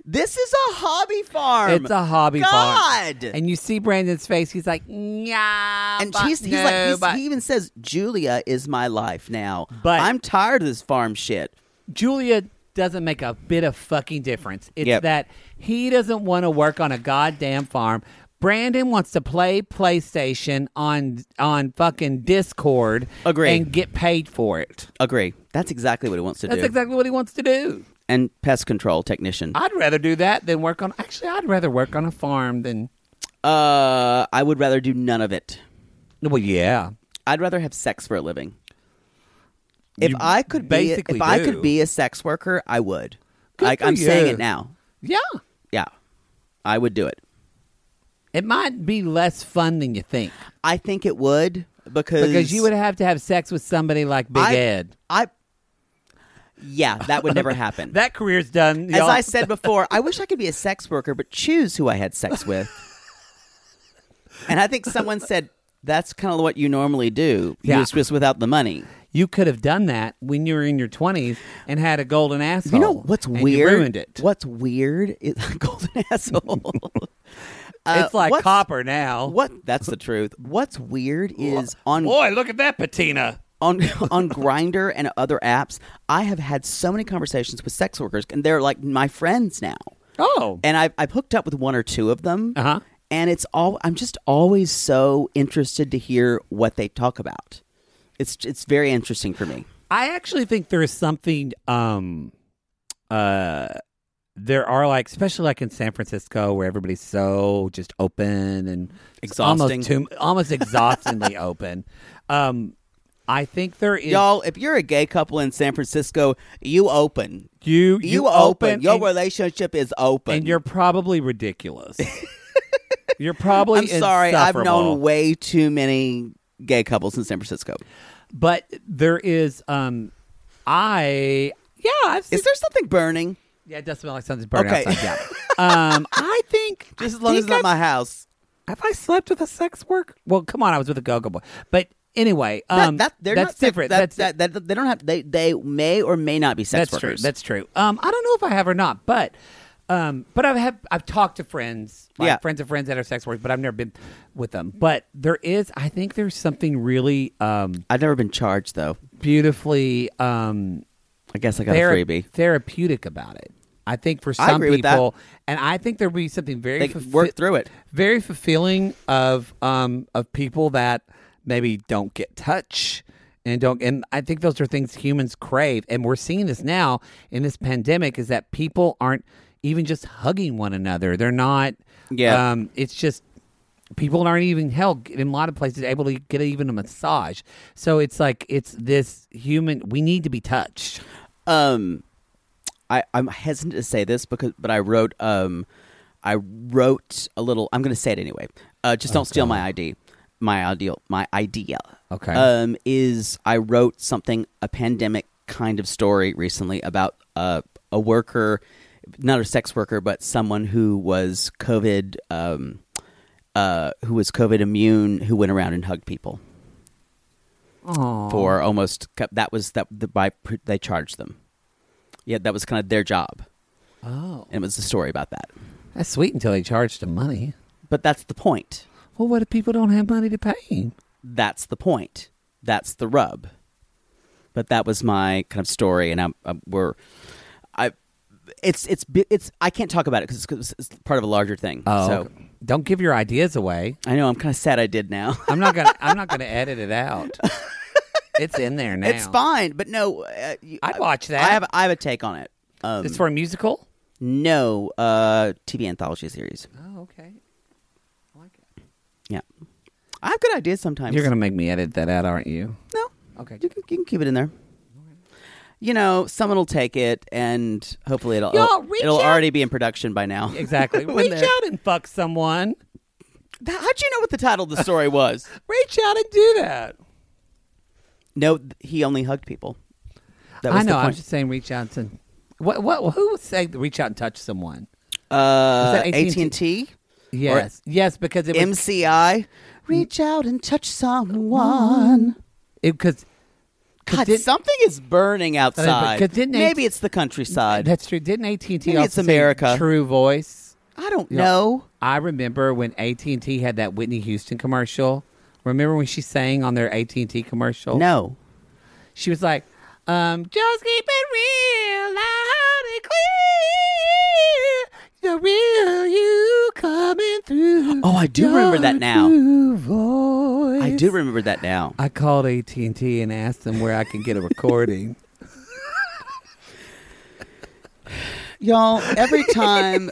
[SPEAKER 2] This is a hobby farm.
[SPEAKER 3] it's a hobby farm.
[SPEAKER 2] Um, God.
[SPEAKER 3] And you see Brandon's face; he's like, "Yeah,"
[SPEAKER 2] and
[SPEAKER 3] but
[SPEAKER 2] she's, he's
[SPEAKER 3] no,
[SPEAKER 2] like, he's,
[SPEAKER 3] but-
[SPEAKER 2] he even says, Julia is my life now.
[SPEAKER 3] But-
[SPEAKER 2] I'm tired of this farm shit.
[SPEAKER 3] Julia doesn't make a bit of fucking difference. It's
[SPEAKER 2] Yep.
[SPEAKER 3] that he doesn't want to work on a goddamn farm. Brandon wants to play PlayStation on on fucking Discord
[SPEAKER 2] Agree.
[SPEAKER 3] and get paid for it.
[SPEAKER 2] Agree. That's exactly what he wants to
[SPEAKER 3] That's
[SPEAKER 2] do.
[SPEAKER 3] exactly what he wants to do.
[SPEAKER 2] and pest control technician.
[SPEAKER 3] I'd rather do that than work on actually I'd rather work on a farm than
[SPEAKER 2] Uh, I would rather do none of it.
[SPEAKER 3] well yeah.
[SPEAKER 2] I'd rather have sex for a living. If
[SPEAKER 3] You
[SPEAKER 2] I could be, if
[SPEAKER 3] basically
[SPEAKER 2] I
[SPEAKER 3] do.
[SPEAKER 2] could be a sex worker, I would.
[SPEAKER 3] Good
[SPEAKER 2] like
[SPEAKER 3] for
[SPEAKER 2] I'm saying
[SPEAKER 3] you.
[SPEAKER 2] it now.
[SPEAKER 3] Yeah.
[SPEAKER 2] Yeah, I would do it.
[SPEAKER 3] It might be less fun than you think.
[SPEAKER 2] I think it would because
[SPEAKER 3] Because you would have to have sex with somebody like Big
[SPEAKER 2] I-
[SPEAKER 3] Ed.
[SPEAKER 2] I. Yeah, that would never happen.
[SPEAKER 3] That career's done.
[SPEAKER 2] As
[SPEAKER 3] y'all.
[SPEAKER 2] I said before, I wish I could be a sex worker, but choose who I had sex with. and I think someone said that's kind of what you normally do. You
[SPEAKER 3] Yeah.
[SPEAKER 2] just- just without the money.
[SPEAKER 3] you could have done that when you were in your twenties and had a golden asshole.
[SPEAKER 2] You know what's
[SPEAKER 3] and you
[SPEAKER 2] weird?
[SPEAKER 3] ruined it.
[SPEAKER 2] What's weird is golden asshole. Uh,
[SPEAKER 3] it's like
[SPEAKER 2] what's-
[SPEAKER 3] copper now.
[SPEAKER 2] What? That's the truth. What's weird is on
[SPEAKER 4] Boy, look at that patina.
[SPEAKER 2] on on Grinder and other apps. I have had so many conversations with sex workers, and they're like my friends now.
[SPEAKER 3] Oh,
[SPEAKER 2] And I've I've hooked up with one or two of them.
[SPEAKER 3] Uh-huh.
[SPEAKER 2] And it's all I'm just always so interested to hear what they talk about. It's it's very interesting for me.
[SPEAKER 3] I actually think there is something. Um, uh, there are like, especially like in San Francisco, where everybody's so just open and it's
[SPEAKER 2] Exhausting.
[SPEAKER 3] almost too, almost exhaustingly open. Um, I think there is
[SPEAKER 2] Y'all, if you're a gay couple in San Francisco, you open.
[SPEAKER 3] you
[SPEAKER 2] You, open. Your
[SPEAKER 3] and-
[SPEAKER 2] relationship is open.
[SPEAKER 3] and you're probably ridiculous. you're probably.
[SPEAKER 2] I'm sorry, I've known
[SPEAKER 3] insufferable.
[SPEAKER 2] way too many gay couples in San Francisco.
[SPEAKER 3] but there is. Um, I yeah. I've seen,
[SPEAKER 2] Is there something burning?
[SPEAKER 3] yeah, it does smell like something's burning
[SPEAKER 2] Okay.
[SPEAKER 3] outside. Yeah. um, I think
[SPEAKER 2] Just
[SPEAKER 3] I
[SPEAKER 2] as long as it's
[SPEAKER 3] think
[SPEAKER 2] not my house.
[SPEAKER 3] Have I slept with a sex worker? Well, come on, I was with a go-go boy. But anyway,
[SPEAKER 2] That-
[SPEAKER 3] um,
[SPEAKER 2] uh, that, they're
[SPEAKER 3] that's
[SPEAKER 2] not sex-
[SPEAKER 3] different.
[SPEAKER 2] that-
[SPEAKER 3] that's
[SPEAKER 2] that, that, they don't have. They they may or may not be sex
[SPEAKER 3] that's true.
[SPEAKER 2] workers.
[SPEAKER 3] That's true. Um, I don't know if I have or not, but um, but I've have I've talked to friends, like
[SPEAKER 2] Yeah.
[SPEAKER 3] friends of friends that are sex workers, but I've never been with them. But there is, I think, there's something really um,
[SPEAKER 2] I've never been charged though.
[SPEAKER 3] beautifully um,
[SPEAKER 2] I guess I got
[SPEAKER 3] thera-
[SPEAKER 2] a freebie.
[SPEAKER 3] therapeutic about it. I think for some
[SPEAKER 2] I agree with that.
[SPEAKER 3] people, and I think there would be something very
[SPEAKER 2] They
[SPEAKER 3] fulfi-
[SPEAKER 2] work through it.
[SPEAKER 3] very fulfilling of um of people that maybe don't get touch and don't and I think those are things humans crave and we're seeing this now in this pandemic is that people aren't even just hugging one another. They're not
[SPEAKER 2] Yeah.
[SPEAKER 3] um it's just people aren't even hell in a lot of places able to get even a massage. So it's like it's this human we need to be touched.
[SPEAKER 2] Um, I I'm hesitant to say this because but I wrote um, I wrote a little. I'm going to say it anyway. Uh, just don't steal my ID. My ideal. My idea.
[SPEAKER 3] Okay.
[SPEAKER 2] Um, is I wrote something a pandemic kind of story recently about uh, a worker, not a sex worker, but someone who was COVID. Um, uh, who was COVID immune? Who went around and hugged people for almost that was that the, by they charged them. Yeah, that was kind of their job.
[SPEAKER 3] Oh.
[SPEAKER 2] And it was a story about that.
[SPEAKER 3] That's sweet until they charge the money.
[SPEAKER 2] But that's the point.
[SPEAKER 3] Well, what if people don't have money to pay him?
[SPEAKER 2] That's the point. That's the rub. But that was my kind of story, and I'm, I'm we're, I, it's it's bi- it's I can't talk about it because it's, it's part of a larger thing.
[SPEAKER 3] Oh,
[SPEAKER 2] so
[SPEAKER 3] okay. don't give your ideas away.
[SPEAKER 2] I know I'm kind of sad I did now.
[SPEAKER 3] I'm not gonna. I'm not gonna edit it out. It's in there now.
[SPEAKER 2] it's fine, but no, uh, you-
[SPEAKER 3] I'd watch that.
[SPEAKER 2] I have I have a take on it. Um,
[SPEAKER 3] It's for a musical.
[SPEAKER 2] no uh, TV anthology series.
[SPEAKER 3] Oh, okay. I like it.
[SPEAKER 2] Yeah, I have good ideas sometimes.
[SPEAKER 3] You're gonna make me edit that out, aren't you?
[SPEAKER 2] no,
[SPEAKER 3] Okay.
[SPEAKER 2] you can, you can keep it in there. You know, someone will take it, and hopefully it'll
[SPEAKER 3] Y'all, reach
[SPEAKER 2] it'll
[SPEAKER 3] out.
[SPEAKER 2] already be in production by now.
[SPEAKER 3] Exactly.
[SPEAKER 2] When
[SPEAKER 3] Reach
[SPEAKER 2] they're-
[SPEAKER 3] out and fuck someone.
[SPEAKER 2] Th- How'd you know what the title of the story was?
[SPEAKER 3] Reach out and do that.
[SPEAKER 2] no, th- he only hugged people. That was
[SPEAKER 3] I know.
[SPEAKER 2] The
[SPEAKER 3] I'm
[SPEAKER 2] point.
[SPEAKER 3] just saying, reach out and what? What? Who would say reach out and touch someone?
[SPEAKER 2] uh,
[SPEAKER 3] that
[SPEAKER 2] AT
[SPEAKER 3] AT&T?
[SPEAKER 2] and T,
[SPEAKER 3] Yes. yes, because it was
[SPEAKER 2] MCI. Reach out and touch someone.
[SPEAKER 3] because
[SPEAKER 2] God,
[SPEAKER 3] did-
[SPEAKER 2] something is burning outside.
[SPEAKER 3] 'cause didn't
[SPEAKER 2] Maybe
[SPEAKER 3] AT
[SPEAKER 2] it's the countryside.
[SPEAKER 3] that's true. Didn't AT and T
[SPEAKER 2] Maybe
[SPEAKER 3] also
[SPEAKER 2] it's
[SPEAKER 3] say
[SPEAKER 2] America.
[SPEAKER 3] True voice.
[SPEAKER 2] I don't
[SPEAKER 3] You
[SPEAKER 2] know.
[SPEAKER 3] I remember when AT and T had that Whitney Houston commercial. Remember when she sang on their AT and T
[SPEAKER 2] Oh.
[SPEAKER 3] commercial?
[SPEAKER 2] No.
[SPEAKER 3] she was like, um, "Just keep it real." I the real you coming through.
[SPEAKER 2] Oh, I do remember that
[SPEAKER 3] your
[SPEAKER 2] now.
[SPEAKER 3] true Voice.
[SPEAKER 2] I do remember that now.
[SPEAKER 3] I called AT and T and asked them where I can get a recording.
[SPEAKER 2] Y'all, every time,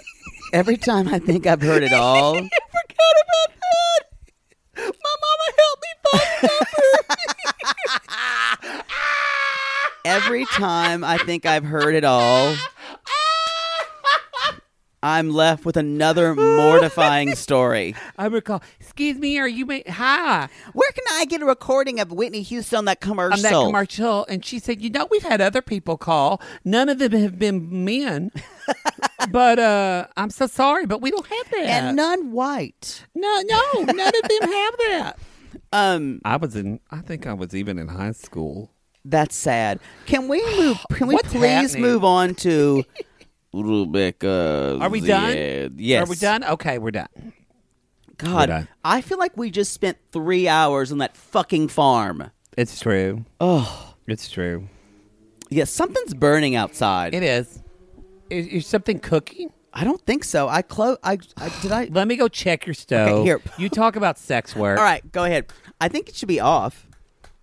[SPEAKER 2] every time I think I've heard it all. Every time I think I've heard it all, I'm left with another mortifying story.
[SPEAKER 3] I recall. Excuse me, are you? Ma- Hi.
[SPEAKER 2] Where can I get a recording of Whitney Houston on that commercial?
[SPEAKER 3] I'm that commercial, and she said, "You know, we've had other people call. None of them have been men, but uh, I'm so sorry, but we don't have that.
[SPEAKER 2] and none white.
[SPEAKER 3] no, no, none of them have that.
[SPEAKER 2] Um,
[SPEAKER 3] I was in. I think I was even in high school.
[SPEAKER 2] that's sad. Can we move? Can we
[SPEAKER 3] What's
[SPEAKER 2] please
[SPEAKER 3] happening?
[SPEAKER 2] move on to Rebecca?
[SPEAKER 3] Are we done?
[SPEAKER 2] Ziad? Yes.
[SPEAKER 3] Are we done? Okay, we're done.
[SPEAKER 2] God,
[SPEAKER 3] We're done.
[SPEAKER 2] I feel like we just spent three hours on that fucking farm.
[SPEAKER 3] It's true.
[SPEAKER 2] Oh,
[SPEAKER 3] It's true.
[SPEAKER 2] yeah, something's burning outside.
[SPEAKER 3] It is. Is, is something cooking?
[SPEAKER 2] I don't think so. I close. I, I did. I.
[SPEAKER 3] Let me go check your stove.
[SPEAKER 2] here.
[SPEAKER 3] you talk about sex work.
[SPEAKER 2] All right, go ahead. I think it should be off.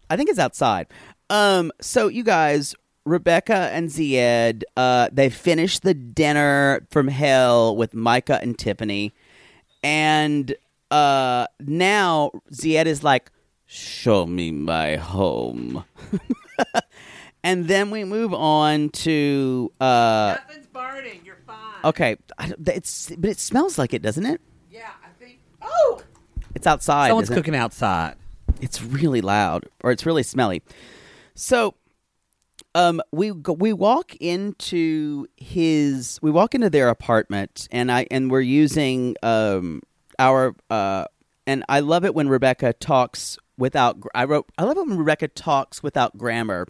[SPEAKER 2] I think it's outside. Um, so you guys, Rebecca and Zied, uh, they finished the dinner from hell with Micah and Tiffany, and uh, now Zied is like, "Show me my home." And then we move on to uh,
[SPEAKER 3] Nothing's burning. You're fine.
[SPEAKER 2] okay, I don't- it's but it smells like it, doesn't it?
[SPEAKER 3] Yeah, I think. Oh,
[SPEAKER 2] It's outside.
[SPEAKER 3] someone's
[SPEAKER 2] isn't it?
[SPEAKER 3] cooking outside.
[SPEAKER 2] it's really loud or it's really smelly. So um we go, we walk into his we walk into their apartment and I and we're using um our uh and I love it when Rebecca talks without gr- I wrote I love it when Rebecca talks without grammar.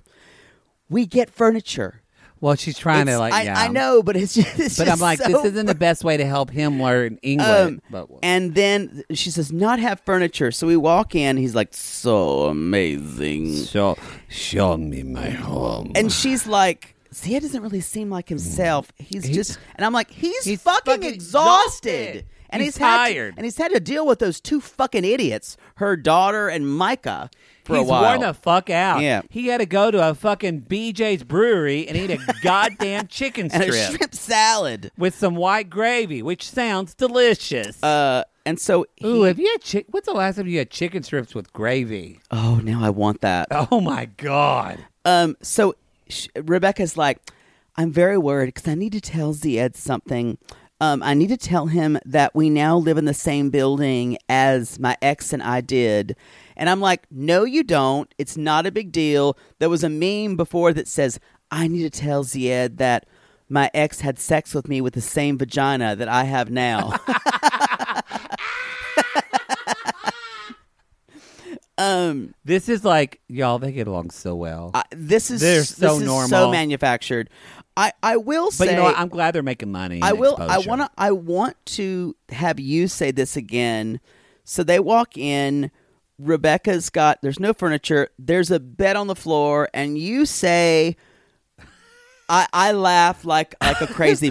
[SPEAKER 2] We get furniture.
[SPEAKER 3] Well, she's trying to
[SPEAKER 2] It's-
[SPEAKER 3] like.
[SPEAKER 2] I,
[SPEAKER 3] yeah.
[SPEAKER 2] I know, but it's just it's
[SPEAKER 3] But I'm
[SPEAKER 2] just
[SPEAKER 3] like,
[SPEAKER 2] so
[SPEAKER 3] this isn't the best way to help him learn English.
[SPEAKER 2] um,
[SPEAKER 3] but
[SPEAKER 2] and then she says, "Not have furniture." So we walk in. He's like, "So amazing."
[SPEAKER 3] show, show me my home.
[SPEAKER 2] and she's like, Zia doesn't really seem like himself. He's just, and I'm like, he's,
[SPEAKER 3] He's
[SPEAKER 2] fucking,
[SPEAKER 3] fucking
[SPEAKER 2] exhausted.
[SPEAKER 3] exhausted.
[SPEAKER 2] And
[SPEAKER 3] He's
[SPEAKER 2] had to-
[SPEAKER 3] tired.
[SPEAKER 2] and he's had to deal with those two fucking idiots, her daughter and Micah, for
[SPEAKER 3] He's
[SPEAKER 2] a while.
[SPEAKER 3] worn the fuck out.
[SPEAKER 2] Yeah.
[SPEAKER 3] He had to go to a fucking BJ's brewery and eat a goddamn chicken
[SPEAKER 2] and
[SPEAKER 3] strip
[SPEAKER 2] a shrimp salad.
[SPEAKER 3] with some white gravy, which sounds delicious.
[SPEAKER 2] Uh, and so, he,
[SPEAKER 3] Ooh, have you had chick? What's the last time you had chicken strips with gravy?
[SPEAKER 2] oh, now I want that.
[SPEAKER 3] Oh my god!
[SPEAKER 2] Um, so sh- Rebecca's like, I'm very worried because I need to tell Ziad something. Um, I need to tell him that we now live in the same building as my ex and I did. And I'm like, no, you don't. It's not a big deal. There was a meme before that says, I need to tell Ziad that my ex had sex with me with the same vagina that I have now. um,
[SPEAKER 3] This is like y'all. They get along so well.
[SPEAKER 2] I, this is
[SPEAKER 3] They're so
[SPEAKER 2] this is so
[SPEAKER 3] normal.
[SPEAKER 2] manufactured. I I will say
[SPEAKER 3] but you know, what? I'm glad they're making money. and
[SPEAKER 2] I will I
[SPEAKER 3] exposure.
[SPEAKER 2] want to I want to have you say this again. So they walk in. Rebecca's got there's no furniture. There's a bed on the floor, and you say. I, I laugh like like a crazy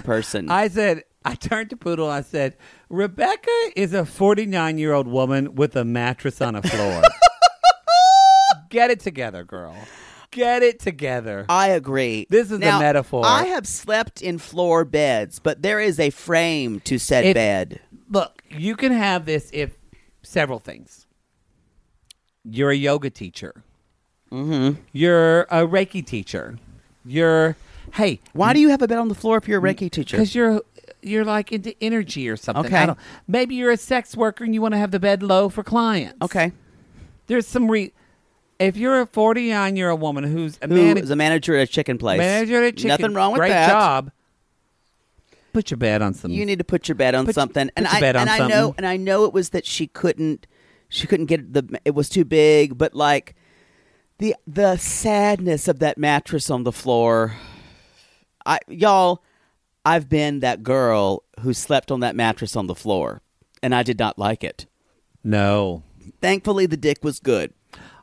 [SPEAKER 2] person.
[SPEAKER 3] I said, I turned to Poodle. I said, Rebecca is a 49 year old woman with a mattress on a floor. Get it together, girl. Get it together.
[SPEAKER 2] I agree.
[SPEAKER 3] This is a
[SPEAKER 2] Now,
[SPEAKER 3] metaphor.
[SPEAKER 2] I have slept in floor beds, but there is a frame to said
[SPEAKER 3] It-
[SPEAKER 2] bed.
[SPEAKER 3] Look, you can have this if several things. You're a yoga teacher. Mm-hmm. You're a Reiki teacher. You're, hey,
[SPEAKER 2] Why do you have a bed on the floor if you're
[SPEAKER 3] Mm,
[SPEAKER 2] a Reiki teacher?
[SPEAKER 3] because you're you're like into energy or something.
[SPEAKER 2] Okay.
[SPEAKER 3] I don't, maybe you're a sex worker and you want to have the bed low for clients.
[SPEAKER 2] okay,
[SPEAKER 3] there's some re if you're a 49 year old woman who's a
[SPEAKER 2] Who
[SPEAKER 3] man-
[SPEAKER 2] is a manager at a chicken place.
[SPEAKER 3] manager at a chicken
[SPEAKER 2] Nothing wrong with
[SPEAKER 3] great
[SPEAKER 2] that.
[SPEAKER 3] job put your bed on some
[SPEAKER 2] You need to put your bet on
[SPEAKER 3] Put-
[SPEAKER 2] something.
[SPEAKER 3] put
[SPEAKER 2] and
[SPEAKER 3] your
[SPEAKER 2] I
[SPEAKER 3] bet on
[SPEAKER 2] and I know
[SPEAKER 3] something.
[SPEAKER 2] and I know it was that she couldn't she couldn't get the it was too big, but like the the sadness of that mattress on the floor. I y'all, I've been that girl who slept on that mattress on the floor and I did not like it.
[SPEAKER 3] no
[SPEAKER 2] Thankfully the dick was good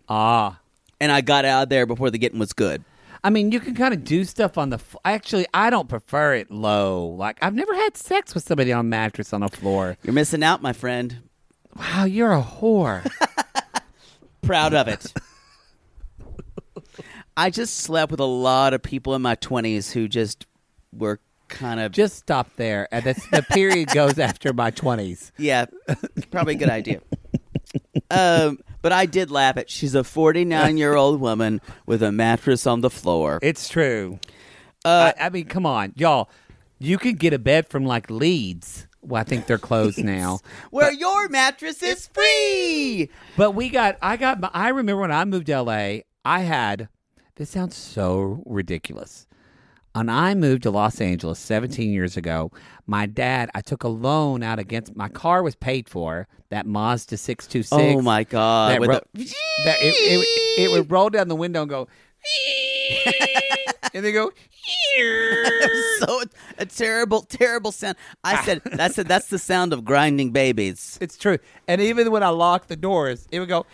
[SPEAKER 3] ah
[SPEAKER 2] and I got out of there before the getting was good.
[SPEAKER 3] I mean, you can kind of do stuff on the. F- Actually, I don't prefer it low. Like I've never had sex with somebody on a mattress on a floor.
[SPEAKER 2] You're missing out, my friend.
[SPEAKER 3] Wow, you're a whore.
[SPEAKER 2] Proud of it. I just slept with a lot of people in my 20s who just were kind of
[SPEAKER 3] Just stop there, and that's, the period goes after my twenties.
[SPEAKER 2] Yeah, probably a good idea. um, but I did laugh at. She's a 49 year old woman with a mattress on the floor.
[SPEAKER 3] It's true. Uh, I, I mean, come on, y'all. You could get a bed from like Leeds. Well, I think they're closed now.
[SPEAKER 2] Where your mattress is free.
[SPEAKER 3] But we got, I got, my, I remember when I moved to LA, I had, this sounds so ridiculous. When I moved to Los Angeles 17 years ago, my dad, I took a loan out against, my car was paid for, that Mazda 626.
[SPEAKER 2] Oh my god!
[SPEAKER 3] That
[SPEAKER 2] with
[SPEAKER 3] ro-
[SPEAKER 2] the-
[SPEAKER 3] that it, it, it would roll down the window and go, and they go,
[SPEAKER 2] so a terrible, terrible sound. I said that's that's the sound of grinding babies.
[SPEAKER 3] It's true. And even when I locked the doors, it would go,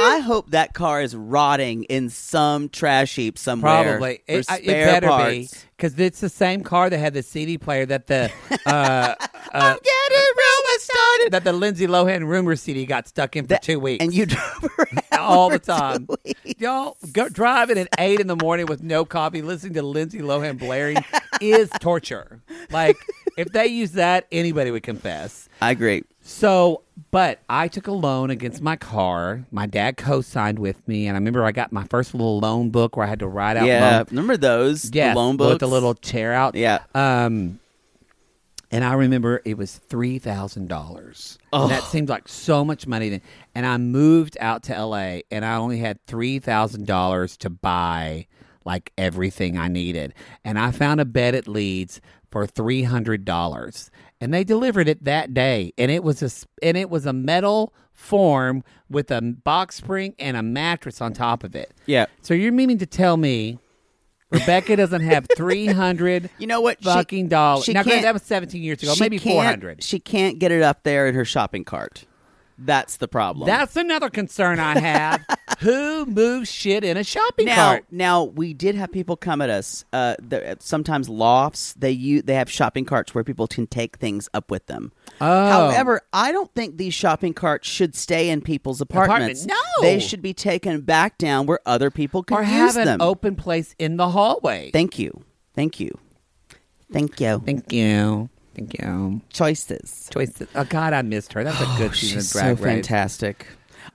[SPEAKER 2] I hope that car is rotting in some trash heap somewhere.
[SPEAKER 3] Probably
[SPEAKER 2] for
[SPEAKER 3] it, I- it
[SPEAKER 2] spare
[SPEAKER 3] better
[SPEAKER 2] parts.
[SPEAKER 3] be because it's the same car that had the CD player that the uh, uh, that the Lindsay Lohan rumor CD got stuck in for
[SPEAKER 2] That-
[SPEAKER 3] two weeks.
[SPEAKER 2] and you drove around
[SPEAKER 3] all the
[SPEAKER 2] for two
[SPEAKER 3] time,
[SPEAKER 2] weeks.
[SPEAKER 3] y'all go, driving at eight in the morning with no coffee, listening to Lindsay Lohan blaring is torture. Like if they use that, anybody would confess.
[SPEAKER 2] I agree.
[SPEAKER 3] So, but I took a loan against my car. My dad co-signed with me, and I remember I got my first little loan book where I had to write out
[SPEAKER 2] Yeah,
[SPEAKER 3] loan-
[SPEAKER 2] remember those?
[SPEAKER 3] Yes,
[SPEAKER 2] the loan books.
[SPEAKER 3] with the little chair out.
[SPEAKER 2] Yeah.
[SPEAKER 3] Um, and I remember it was three thousand dollars. And That seemed like so much money then. And I moved out to LA, and I only had three thousand dollars to buy like everything I needed. And I found a bed at Leeds for three hundred dollars, and they delivered it that day. And it was a s- and it was a metal form with a box spring and a mattress on top of it.
[SPEAKER 2] Yeah.
[SPEAKER 3] So you're meaning to tell me Rebecca doesn't have three hundred?
[SPEAKER 2] You know what? She-
[SPEAKER 3] Fucking dollars.
[SPEAKER 2] she
[SPEAKER 3] Now, granted,
[SPEAKER 2] can't-
[SPEAKER 3] that was seventeen years ago.
[SPEAKER 2] She
[SPEAKER 3] Maybe
[SPEAKER 2] can't-
[SPEAKER 3] four hundred.
[SPEAKER 2] She can't get it up there in her shopping cart. That's the problem.
[SPEAKER 3] That's another concern I have. Who moves shit in a shopping
[SPEAKER 2] now.
[SPEAKER 3] cart?
[SPEAKER 2] Now we did have people come at us. Uh, the- sometimes lofts they u- they have shopping carts where people can take things up with them.
[SPEAKER 3] Oh.
[SPEAKER 2] However, I don't think these shopping carts should stay in people's apartments.
[SPEAKER 3] No.
[SPEAKER 2] they should be taken back down where other people can
[SPEAKER 3] Or
[SPEAKER 2] use
[SPEAKER 3] have an
[SPEAKER 2] them.
[SPEAKER 3] open place in the hallway.
[SPEAKER 2] Thank you, thank you, thank you.
[SPEAKER 3] Thank you. Thank you.
[SPEAKER 2] Choices.
[SPEAKER 3] Choice. Oh God, I missed her. That's a good season.
[SPEAKER 2] Oh, She's
[SPEAKER 3] of
[SPEAKER 2] so
[SPEAKER 3] drag Race.
[SPEAKER 2] fantastic.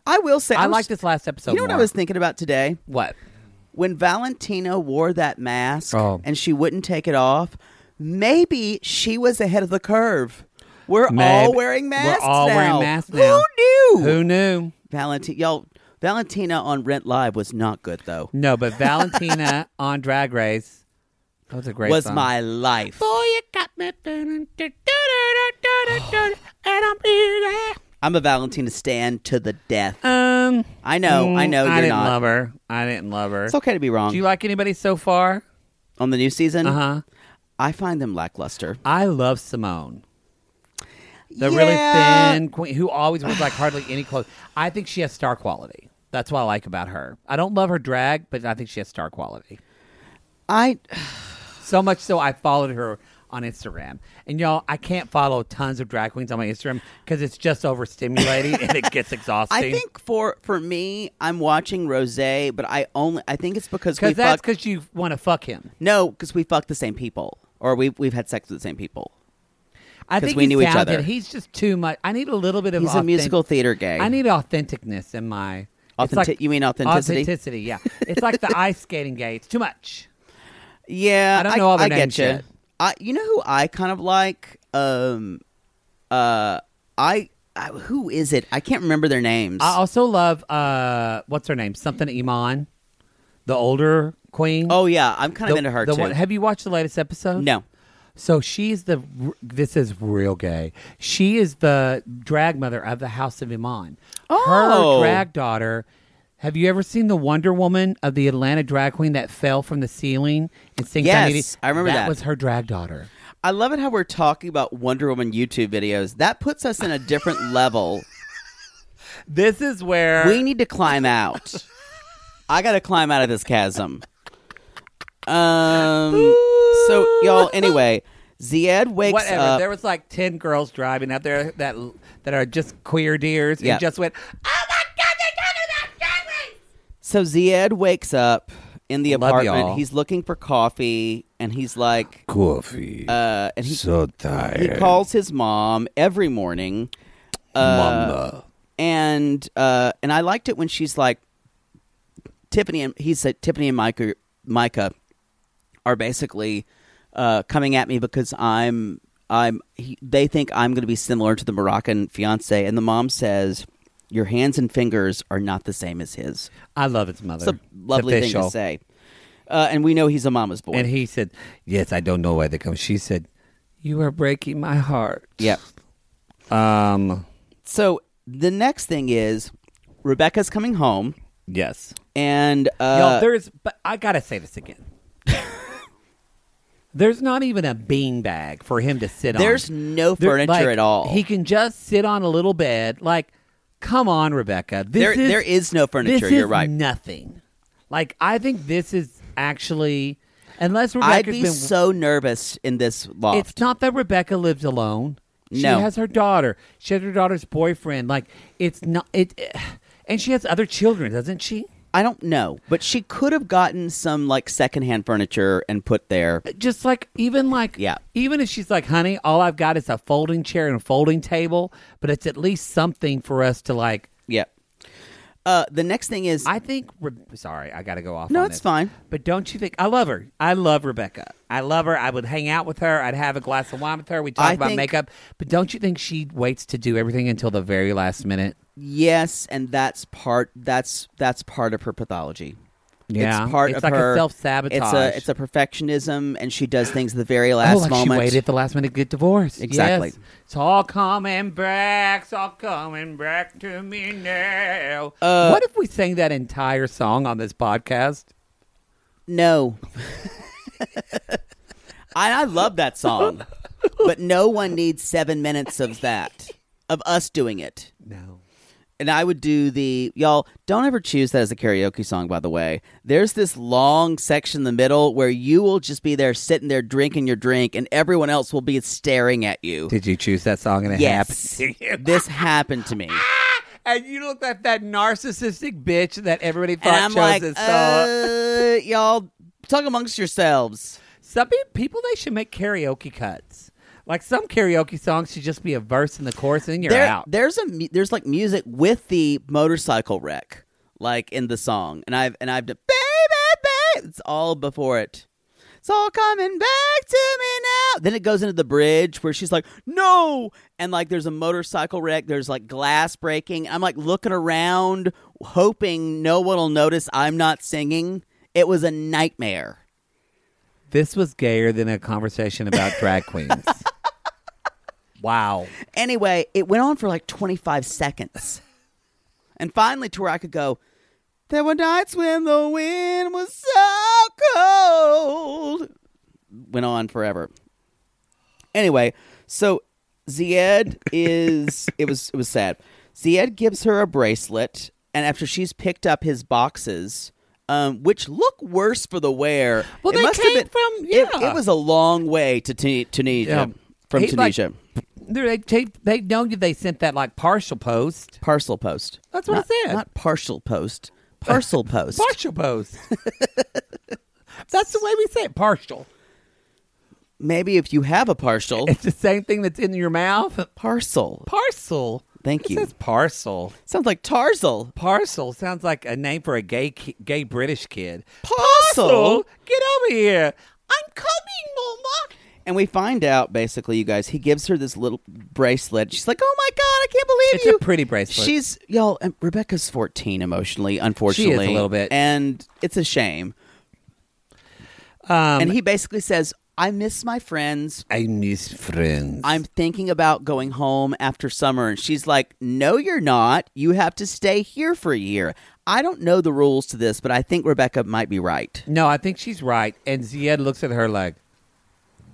[SPEAKER 2] I will say,
[SPEAKER 3] I
[SPEAKER 2] was-
[SPEAKER 3] like this last episode.
[SPEAKER 2] You know what I
[SPEAKER 3] more.
[SPEAKER 2] was thinking about today?
[SPEAKER 3] What?
[SPEAKER 2] when Valentina wore that mask
[SPEAKER 3] Oh.
[SPEAKER 2] and she wouldn't take it off, maybe she was ahead of the curve. We're all
[SPEAKER 3] Maybe.
[SPEAKER 2] wearing
[SPEAKER 3] We're
[SPEAKER 2] masks.
[SPEAKER 3] all
[SPEAKER 2] now.
[SPEAKER 3] wearing masks now.
[SPEAKER 2] Who knew?
[SPEAKER 3] Who knew?
[SPEAKER 2] Valentina, y'all. Valentina on Rent Live was not good though.
[SPEAKER 3] No, but Valentina on Drag Race. That was a great.
[SPEAKER 2] was
[SPEAKER 3] song.
[SPEAKER 2] my life.
[SPEAKER 3] Boy, you got me feeling da- da- da- da- da- da- da- and I'm here.
[SPEAKER 2] I'm a Valentina stan to the death.
[SPEAKER 3] Um,
[SPEAKER 2] I know, I know,
[SPEAKER 3] I
[SPEAKER 2] you're
[SPEAKER 3] didn't
[SPEAKER 2] not.
[SPEAKER 3] love her. I didn't love her.
[SPEAKER 2] It's okay to be wrong.
[SPEAKER 3] Do you like anybody so far?
[SPEAKER 2] on the new season,
[SPEAKER 3] Uh huh.
[SPEAKER 2] I find them lackluster.
[SPEAKER 3] I love Simone. The
[SPEAKER 2] Yeah.
[SPEAKER 3] really thin queen who always wears like hardly any clothes. I think she has star quality. That's what I like about her. I don't love her drag, but I think she has star quality.
[SPEAKER 2] I
[SPEAKER 3] So much so, I followed her on Instagram. And y'all, I can't follow tons of drag queens on my Instagram because it's just overstimulating and it gets exhausting.
[SPEAKER 2] I think for for me, I'm watching Rose, but I only I think it's because we
[SPEAKER 3] because that's
[SPEAKER 2] fuck
[SPEAKER 3] because you want to fuck him.
[SPEAKER 2] No, because we fuck the same people, or we've we've had sex with the same people.
[SPEAKER 3] I
[SPEAKER 2] 'Cause
[SPEAKER 3] think
[SPEAKER 2] we
[SPEAKER 3] he's
[SPEAKER 2] knew each
[SPEAKER 3] talented.
[SPEAKER 2] other.
[SPEAKER 3] He's just too much. I need a little bit of.
[SPEAKER 2] He's a
[SPEAKER 3] authentic-
[SPEAKER 2] musical theater gay.
[SPEAKER 3] I need authenticness in my. it's
[SPEAKER 2] Authentic-
[SPEAKER 3] like-
[SPEAKER 2] you mean authenticity?
[SPEAKER 3] Authenticity, yeah. It's like the ice skating gay. It's too much.
[SPEAKER 2] Yeah,
[SPEAKER 3] I don't know all their
[SPEAKER 2] I
[SPEAKER 3] names
[SPEAKER 2] get you.
[SPEAKER 3] yet.
[SPEAKER 2] I, you know who I kind of like. Um, uh, I, I who is it? I can't remember their names.
[SPEAKER 3] I also love uh, what's her name? Something Iman, the older queen.
[SPEAKER 2] oh yeah, I'm kind
[SPEAKER 3] the,
[SPEAKER 2] of into her
[SPEAKER 3] the
[SPEAKER 2] too.
[SPEAKER 3] one- have you watched the latest episode?
[SPEAKER 2] no,
[SPEAKER 3] So she's the. This is real gay. She is the drag mother of the House of Iman. Her
[SPEAKER 2] Oh.
[SPEAKER 3] drag daughter. Have you ever seen the Wonder Woman of the Atlanta drag queen that fell from the ceiling and sings?
[SPEAKER 2] Yes,
[SPEAKER 3] need it"?
[SPEAKER 2] I remember that.
[SPEAKER 3] was her drag daughter.
[SPEAKER 2] I love it how we're talking about Wonder Woman YouTube videos. That puts us in a different level.
[SPEAKER 3] This is where
[SPEAKER 2] We need to climb out. I gotta climb out of this chasm. Um. So y'all, anyway, Ziad wakes
[SPEAKER 3] whatever.
[SPEAKER 2] up.
[SPEAKER 3] There was like ten girls driving out there that that are just queer deers.
[SPEAKER 2] Yeah.
[SPEAKER 3] And just went. Oh my god, they got
[SPEAKER 2] so Ziad wakes up in the
[SPEAKER 3] Love
[SPEAKER 2] apartment.
[SPEAKER 3] y'all.
[SPEAKER 2] He's looking for coffee, and he's like,
[SPEAKER 3] Coffee.
[SPEAKER 2] uh, and he
[SPEAKER 3] so tired.
[SPEAKER 2] he calls his mom every morning. uh,
[SPEAKER 3] Mama.
[SPEAKER 2] and uh, and I liked it when she's like, Tiffany and he said Tiffany and Micah Micah are basically uh, coming at me because I'm I'm he, they think I'm going to be similar to the Moroccan fiance, and the mom says. Your hands and fingers are not the same as his.
[SPEAKER 3] I love his mother.
[SPEAKER 2] It's a lovely
[SPEAKER 3] It's
[SPEAKER 2] thing to
[SPEAKER 3] official.
[SPEAKER 2] say. Uh, and we know he's a mama's boy.
[SPEAKER 3] And he said, "Yes, I don't know why they come." She said, "You are breaking my heart."
[SPEAKER 2] yep.
[SPEAKER 3] Um.
[SPEAKER 2] So the next thing is Rebecca's coming home,
[SPEAKER 3] Yes.
[SPEAKER 2] and
[SPEAKER 3] Y'all,
[SPEAKER 2] uh,
[SPEAKER 3] there's, but I gotta say this again. there's not even a bean bag for him to sit
[SPEAKER 2] There's
[SPEAKER 3] on.
[SPEAKER 2] no
[SPEAKER 3] There-
[SPEAKER 2] furniture
[SPEAKER 3] like,
[SPEAKER 2] at all.
[SPEAKER 3] He can just sit on a little bed. Like, come on, Rebecca. This
[SPEAKER 2] There-
[SPEAKER 3] is-
[SPEAKER 2] there is no furniture,
[SPEAKER 3] This
[SPEAKER 2] you're
[SPEAKER 3] is
[SPEAKER 2] right.
[SPEAKER 3] Nothing. Like, I think this is actually, unless
[SPEAKER 2] I'd
[SPEAKER 3] Rebecca's
[SPEAKER 2] be
[SPEAKER 3] been
[SPEAKER 2] so nervous in this loft.
[SPEAKER 3] it's not that Rebecca lives alone. She
[SPEAKER 2] No.
[SPEAKER 3] has her daughter. She has her daughter's boyfriend. Like it's not it, and she has other children, doesn't she?
[SPEAKER 2] I don't know, but she could have gotten some like secondhand furniture and put there.
[SPEAKER 3] Just like even like
[SPEAKER 2] Yeah.
[SPEAKER 3] even if she's like, honey, all I've got is a folding chair and a folding table, but it's at least something for us to like.
[SPEAKER 2] Yeah. Uh, the next thing is
[SPEAKER 3] I think. Re- Sorry, I got to go off.
[SPEAKER 2] No,
[SPEAKER 3] on
[SPEAKER 2] it's
[SPEAKER 3] this.
[SPEAKER 2] fine.
[SPEAKER 3] But don't you think I love her? I love Rebecca. I love her. I would hang out with her. I'd have a glass of wine with her. We talk
[SPEAKER 2] I
[SPEAKER 3] about
[SPEAKER 2] think-
[SPEAKER 3] makeup. But don't you think she waits to do everything until the very last minute?
[SPEAKER 2] yes, and that's part that's that's part of her pathology.
[SPEAKER 3] Yeah.
[SPEAKER 2] it's part
[SPEAKER 3] It's
[SPEAKER 2] of
[SPEAKER 3] like a
[SPEAKER 2] her
[SPEAKER 3] self-sabotage.
[SPEAKER 2] It's a it's a perfectionism, and she does things at the very last
[SPEAKER 3] oh, like
[SPEAKER 2] moment.
[SPEAKER 3] she waited at the last minute to get divorced.
[SPEAKER 2] Exactly.
[SPEAKER 3] Yes. It's all coming back. It's all coming back to me now.
[SPEAKER 2] Uh,
[SPEAKER 3] what if we sang that entire song on this podcast?
[SPEAKER 2] No. I, I love that song, but no one needs seven minutes of that, of us doing it.
[SPEAKER 3] No.
[SPEAKER 2] And I would do the, y'all, don't ever choose that as a karaoke song, by the way. There's this long section in the middle where you will just be there sitting there drinking your drink and everyone else will be staring at you.
[SPEAKER 3] Did you choose that song and it
[SPEAKER 2] Yes.
[SPEAKER 3] happened to you?
[SPEAKER 2] This happened to me.
[SPEAKER 3] and you look like that narcissistic bitch that everybody
[SPEAKER 2] And
[SPEAKER 3] thought
[SPEAKER 2] I'm
[SPEAKER 3] chose
[SPEAKER 2] like,
[SPEAKER 3] this song.
[SPEAKER 2] uh, y'all, talk amongst yourselves.
[SPEAKER 3] Some pe- people they should make karaoke cuts. Like some karaoke songs should just be a verse in the chorus and you're
[SPEAKER 2] There-
[SPEAKER 3] out.
[SPEAKER 2] There's a mu- there's like music with the motorcycle wreck, like in the song, and I've and I've done baby, baby. It's all before it. It's all coming back to me now. Then it goes into the bridge where she's like, no, and like there's a motorcycle wreck. There's like glass breaking. I'm like looking around, hoping no one will notice I'm not singing. It was a nightmare.
[SPEAKER 3] This was gayer than a conversation about drag queens. wow.
[SPEAKER 2] Anyway, it went on for like 25 seconds. And finally, to where I could go, there were nights when the wind was so cold. Went on forever. Anyway, so Zied is, it was, it was sad. Zied gives her a bracelet, and after she's picked up his boxes, um, which look worse for the wear.
[SPEAKER 3] Well,
[SPEAKER 2] it
[SPEAKER 3] they
[SPEAKER 2] must have
[SPEAKER 3] came
[SPEAKER 2] been-
[SPEAKER 3] from-
[SPEAKER 2] it- It,
[SPEAKER 3] yeah.
[SPEAKER 2] was a long way to Tun- Tunisia
[SPEAKER 3] Yeah.
[SPEAKER 2] from
[SPEAKER 3] He, like,
[SPEAKER 2] Tunisia.
[SPEAKER 3] They're- They they they know you. They sent that like partial post.
[SPEAKER 2] Parcel post.
[SPEAKER 3] That's what I
[SPEAKER 2] not,
[SPEAKER 3] said.
[SPEAKER 2] Not partial post. Parcel post.
[SPEAKER 3] Partial post. that's the way we say it. Partial.
[SPEAKER 2] Maybe if you have a partial,
[SPEAKER 3] It's the same thing that's in your mouth.
[SPEAKER 2] parcel.
[SPEAKER 3] Parcel.
[SPEAKER 2] Thank
[SPEAKER 3] It
[SPEAKER 2] you.
[SPEAKER 3] says parcel.
[SPEAKER 2] Sounds like Tarzal.
[SPEAKER 3] Parcel sounds like a name for a gay ki- gay British kid.
[SPEAKER 2] Parcel?
[SPEAKER 3] get over here. I'm coming, Mama.
[SPEAKER 2] And we find out basically, you guys, he gives her this little bracelet. She's like, "Oh my god, I can't believe
[SPEAKER 3] It's
[SPEAKER 2] you!"
[SPEAKER 3] a pretty bracelet.
[SPEAKER 2] She's y'all. And Rebecca's fourteen emotionally, unfortunately,
[SPEAKER 3] little bit.
[SPEAKER 2] and it's a shame.
[SPEAKER 3] Um,
[SPEAKER 2] and he basically says, "I miss my friends.
[SPEAKER 3] I miss friends.
[SPEAKER 2] I'm thinking about going home after summer. And she's like, No, you're not. You have to stay here for a year. I don't know the rules to this, but I think Rebecca might be right.
[SPEAKER 3] no, I think she's right. And Zied looks at her like,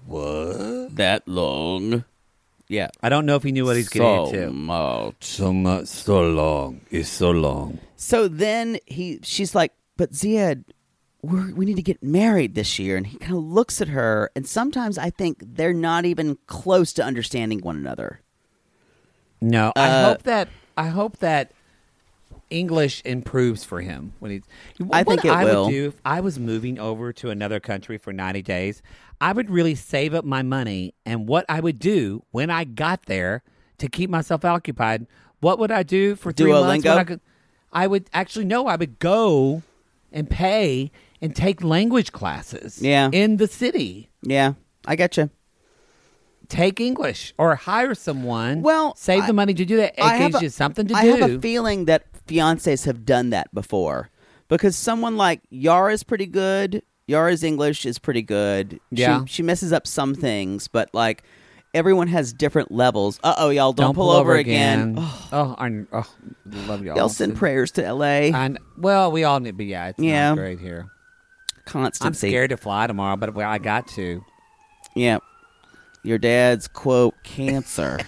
[SPEAKER 2] That long. Yeah.
[SPEAKER 3] I don't know if he knew what he's
[SPEAKER 2] so
[SPEAKER 3] getting into.
[SPEAKER 2] much.
[SPEAKER 3] So much, uh, so long. It's so long.
[SPEAKER 2] So then he, she's like, "But Ziad, we're, we need to get married this year." And he kind of looks at her, and sometimes I think they're not even close to understanding one another.
[SPEAKER 3] No, I
[SPEAKER 2] Uh,
[SPEAKER 3] hope that I hope that English improves for him when he.
[SPEAKER 2] I
[SPEAKER 3] what
[SPEAKER 2] think it
[SPEAKER 3] I
[SPEAKER 2] will.
[SPEAKER 3] would do if I was moving over to another country for ninety days. I would really save up my money, and what I would do when I got there to keep myself occupied. What would I do for three months?
[SPEAKER 2] Duolingo?
[SPEAKER 3] What I, could, I would actually no. I would go and pay and take language classes.
[SPEAKER 2] Yeah.
[SPEAKER 3] in the city,
[SPEAKER 2] Yeah, I gotcha.
[SPEAKER 3] take English or hire someone.
[SPEAKER 2] Well,
[SPEAKER 3] save
[SPEAKER 2] I-
[SPEAKER 3] the money to do that. It
[SPEAKER 2] I have
[SPEAKER 3] gives
[SPEAKER 2] a-
[SPEAKER 3] you something to
[SPEAKER 2] I
[SPEAKER 3] do.
[SPEAKER 2] have a feeling that fiancés have done that before because someone like Yara's pretty good. Yara's English is pretty good. She-
[SPEAKER 3] Yeah.
[SPEAKER 2] she, messes up some things, but like everyone has different levels. Uh oh, y'all don't, pull, over, again. Ugh,
[SPEAKER 3] Oh, I oh, love y'all.
[SPEAKER 2] y'all send prayers to L.A.
[SPEAKER 3] And well, we all need. But yeah, it's
[SPEAKER 2] Yeah.
[SPEAKER 3] not great here. I'm
[SPEAKER 2] Constancy.
[SPEAKER 3] scared to fly tomorrow, but well, I got to.
[SPEAKER 2] Yeah, your dad's quote cancer.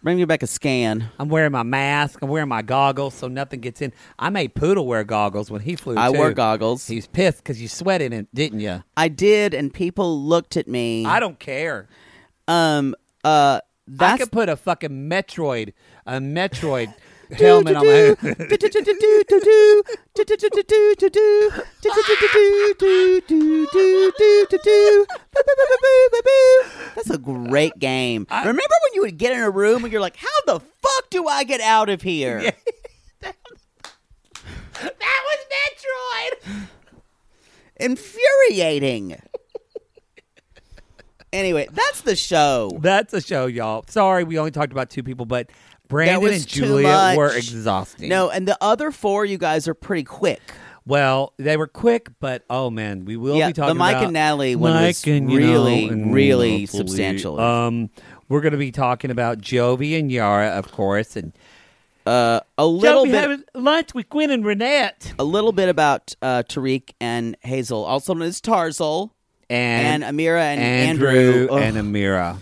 [SPEAKER 2] Bring me back a scan.
[SPEAKER 3] I'm wearing my mask. I'm wearing my goggles, so nothing gets in. I made Poodle wear goggles when he flew.
[SPEAKER 2] I
[SPEAKER 3] too.
[SPEAKER 2] wore goggles.
[SPEAKER 3] He was pissed because you sweated it, didn't you?
[SPEAKER 2] I did, and people looked at me.
[SPEAKER 3] I don't care.
[SPEAKER 2] Um. Uh. That's
[SPEAKER 3] I could put a fucking Metroid, a Metroid helmet on my head.
[SPEAKER 2] That's a great game. Remember when you would get in a room and you're like, "How the fuck do I get out of here?"
[SPEAKER 5] That was Metroid.
[SPEAKER 2] Infuriating. Anyway, that's the show.
[SPEAKER 3] That's a show, y'all. Sorry, we only talked about two people, but Brandon
[SPEAKER 2] was
[SPEAKER 3] and
[SPEAKER 2] too
[SPEAKER 3] Julia were
[SPEAKER 2] much.
[SPEAKER 3] exhausting.
[SPEAKER 2] No, and the other four, you guys are pretty quick.
[SPEAKER 3] Well, they were quick, but oh man, we will
[SPEAKER 2] Yeah,
[SPEAKER 3] be talking
[SPEAKER 2] the Mike
[SPEAKER 3] about
[SPEAKER 2] and Natalie one was
[SPEAKER 3] you
[SPEAKER 2] really,
[SPEAKER 3] and
[SPEAKER 2] really
[SPEAKER 3] hopefully,
[SPEAKER 2] substantial.
[SPEAKER 3] Um, we're going to be talking about Jovi and Yara, of course, and
[SPEAKER 2] Uh, a little
[SPEAKER 3] Jovi
[SPEAKER 2] bit.
[SPEAKER 3] having lunch with Gwen and Renette
[SPEAKER 2] a little bit about uh, Tariq and Hazel, also known as Tarzal, and, Amira and Andrew.
[SPEAKER 3] Andrew
[SPEAKER 2] Ugh,
[SPEAKER 3] and Amira.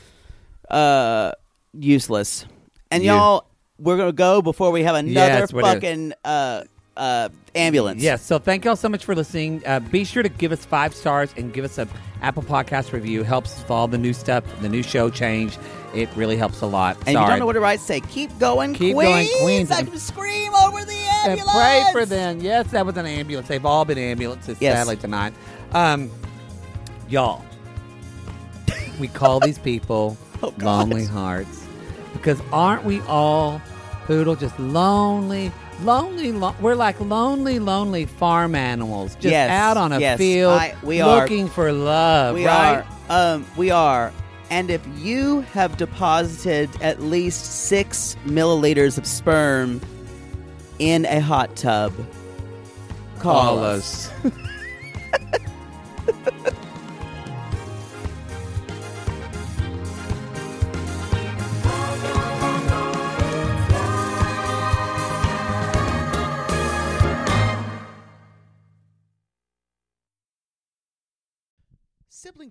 [SPEAKER 2] uh, useless. And
[SPEAKER 3] Yeah.
[SPEAKER 2] y'all, we're gonna go before we have another
[SPEAKER 3] Yes, we're gonna-
[SPEAKER 2] fucking uh, uh, ambulance.
[SPEAKER 3] Yes, so thank y'all so much for listening. Uh, be sure to give us five stars and give us a Apple Podcast review. Helps us follow the new stuff, the new show change. It really helps a lot.
[SPEAKER 2] And if you
[SPEAKER 3] Sorry.
[SPEAKER 2] don't know what to write, say keep going,
[SPEAKER 3] Keep going,
[SPEAKER 2] Queens.
[SPEAKER 3] Queens.
[SPEAKER 2] I can scream over the
[SPEAKER 3] and
[SPEAKER 2] ambulance.
[SPEAKER 3] pray for them. Yes, that was an ambulance. They've all been ambulances,
[SPEAKER 2] Yes.
[SPEAKER 3] sadly, tonight. Um, y'all, we call these people
[SPEAKER 2] Oh,
[SPEAKER 3] lonely hearts because aren't we all, poodle, just lonely, lonely? Lo- we're like lonely, lonely farm animals, just
[SPEAKER 2] Yes,
[SPEAKER 3] out on a
[SPEAKER 2] yes,
[SPEAKER 3] field
[SPEAKER 2] I- we are.
[SPEAKER 3] looking for love.
[SPEAKER 2] We
[SPEAKER 3] right?
[SPEAKER 2] are. Um, we are. And if you have deposited at least six milliliters of sperm in a hot tub, call,
[SPEAKER 3] Call
[SPEAKER 2] us.
[SPEAKER 3] us.
[SPEAKER 6] Sibling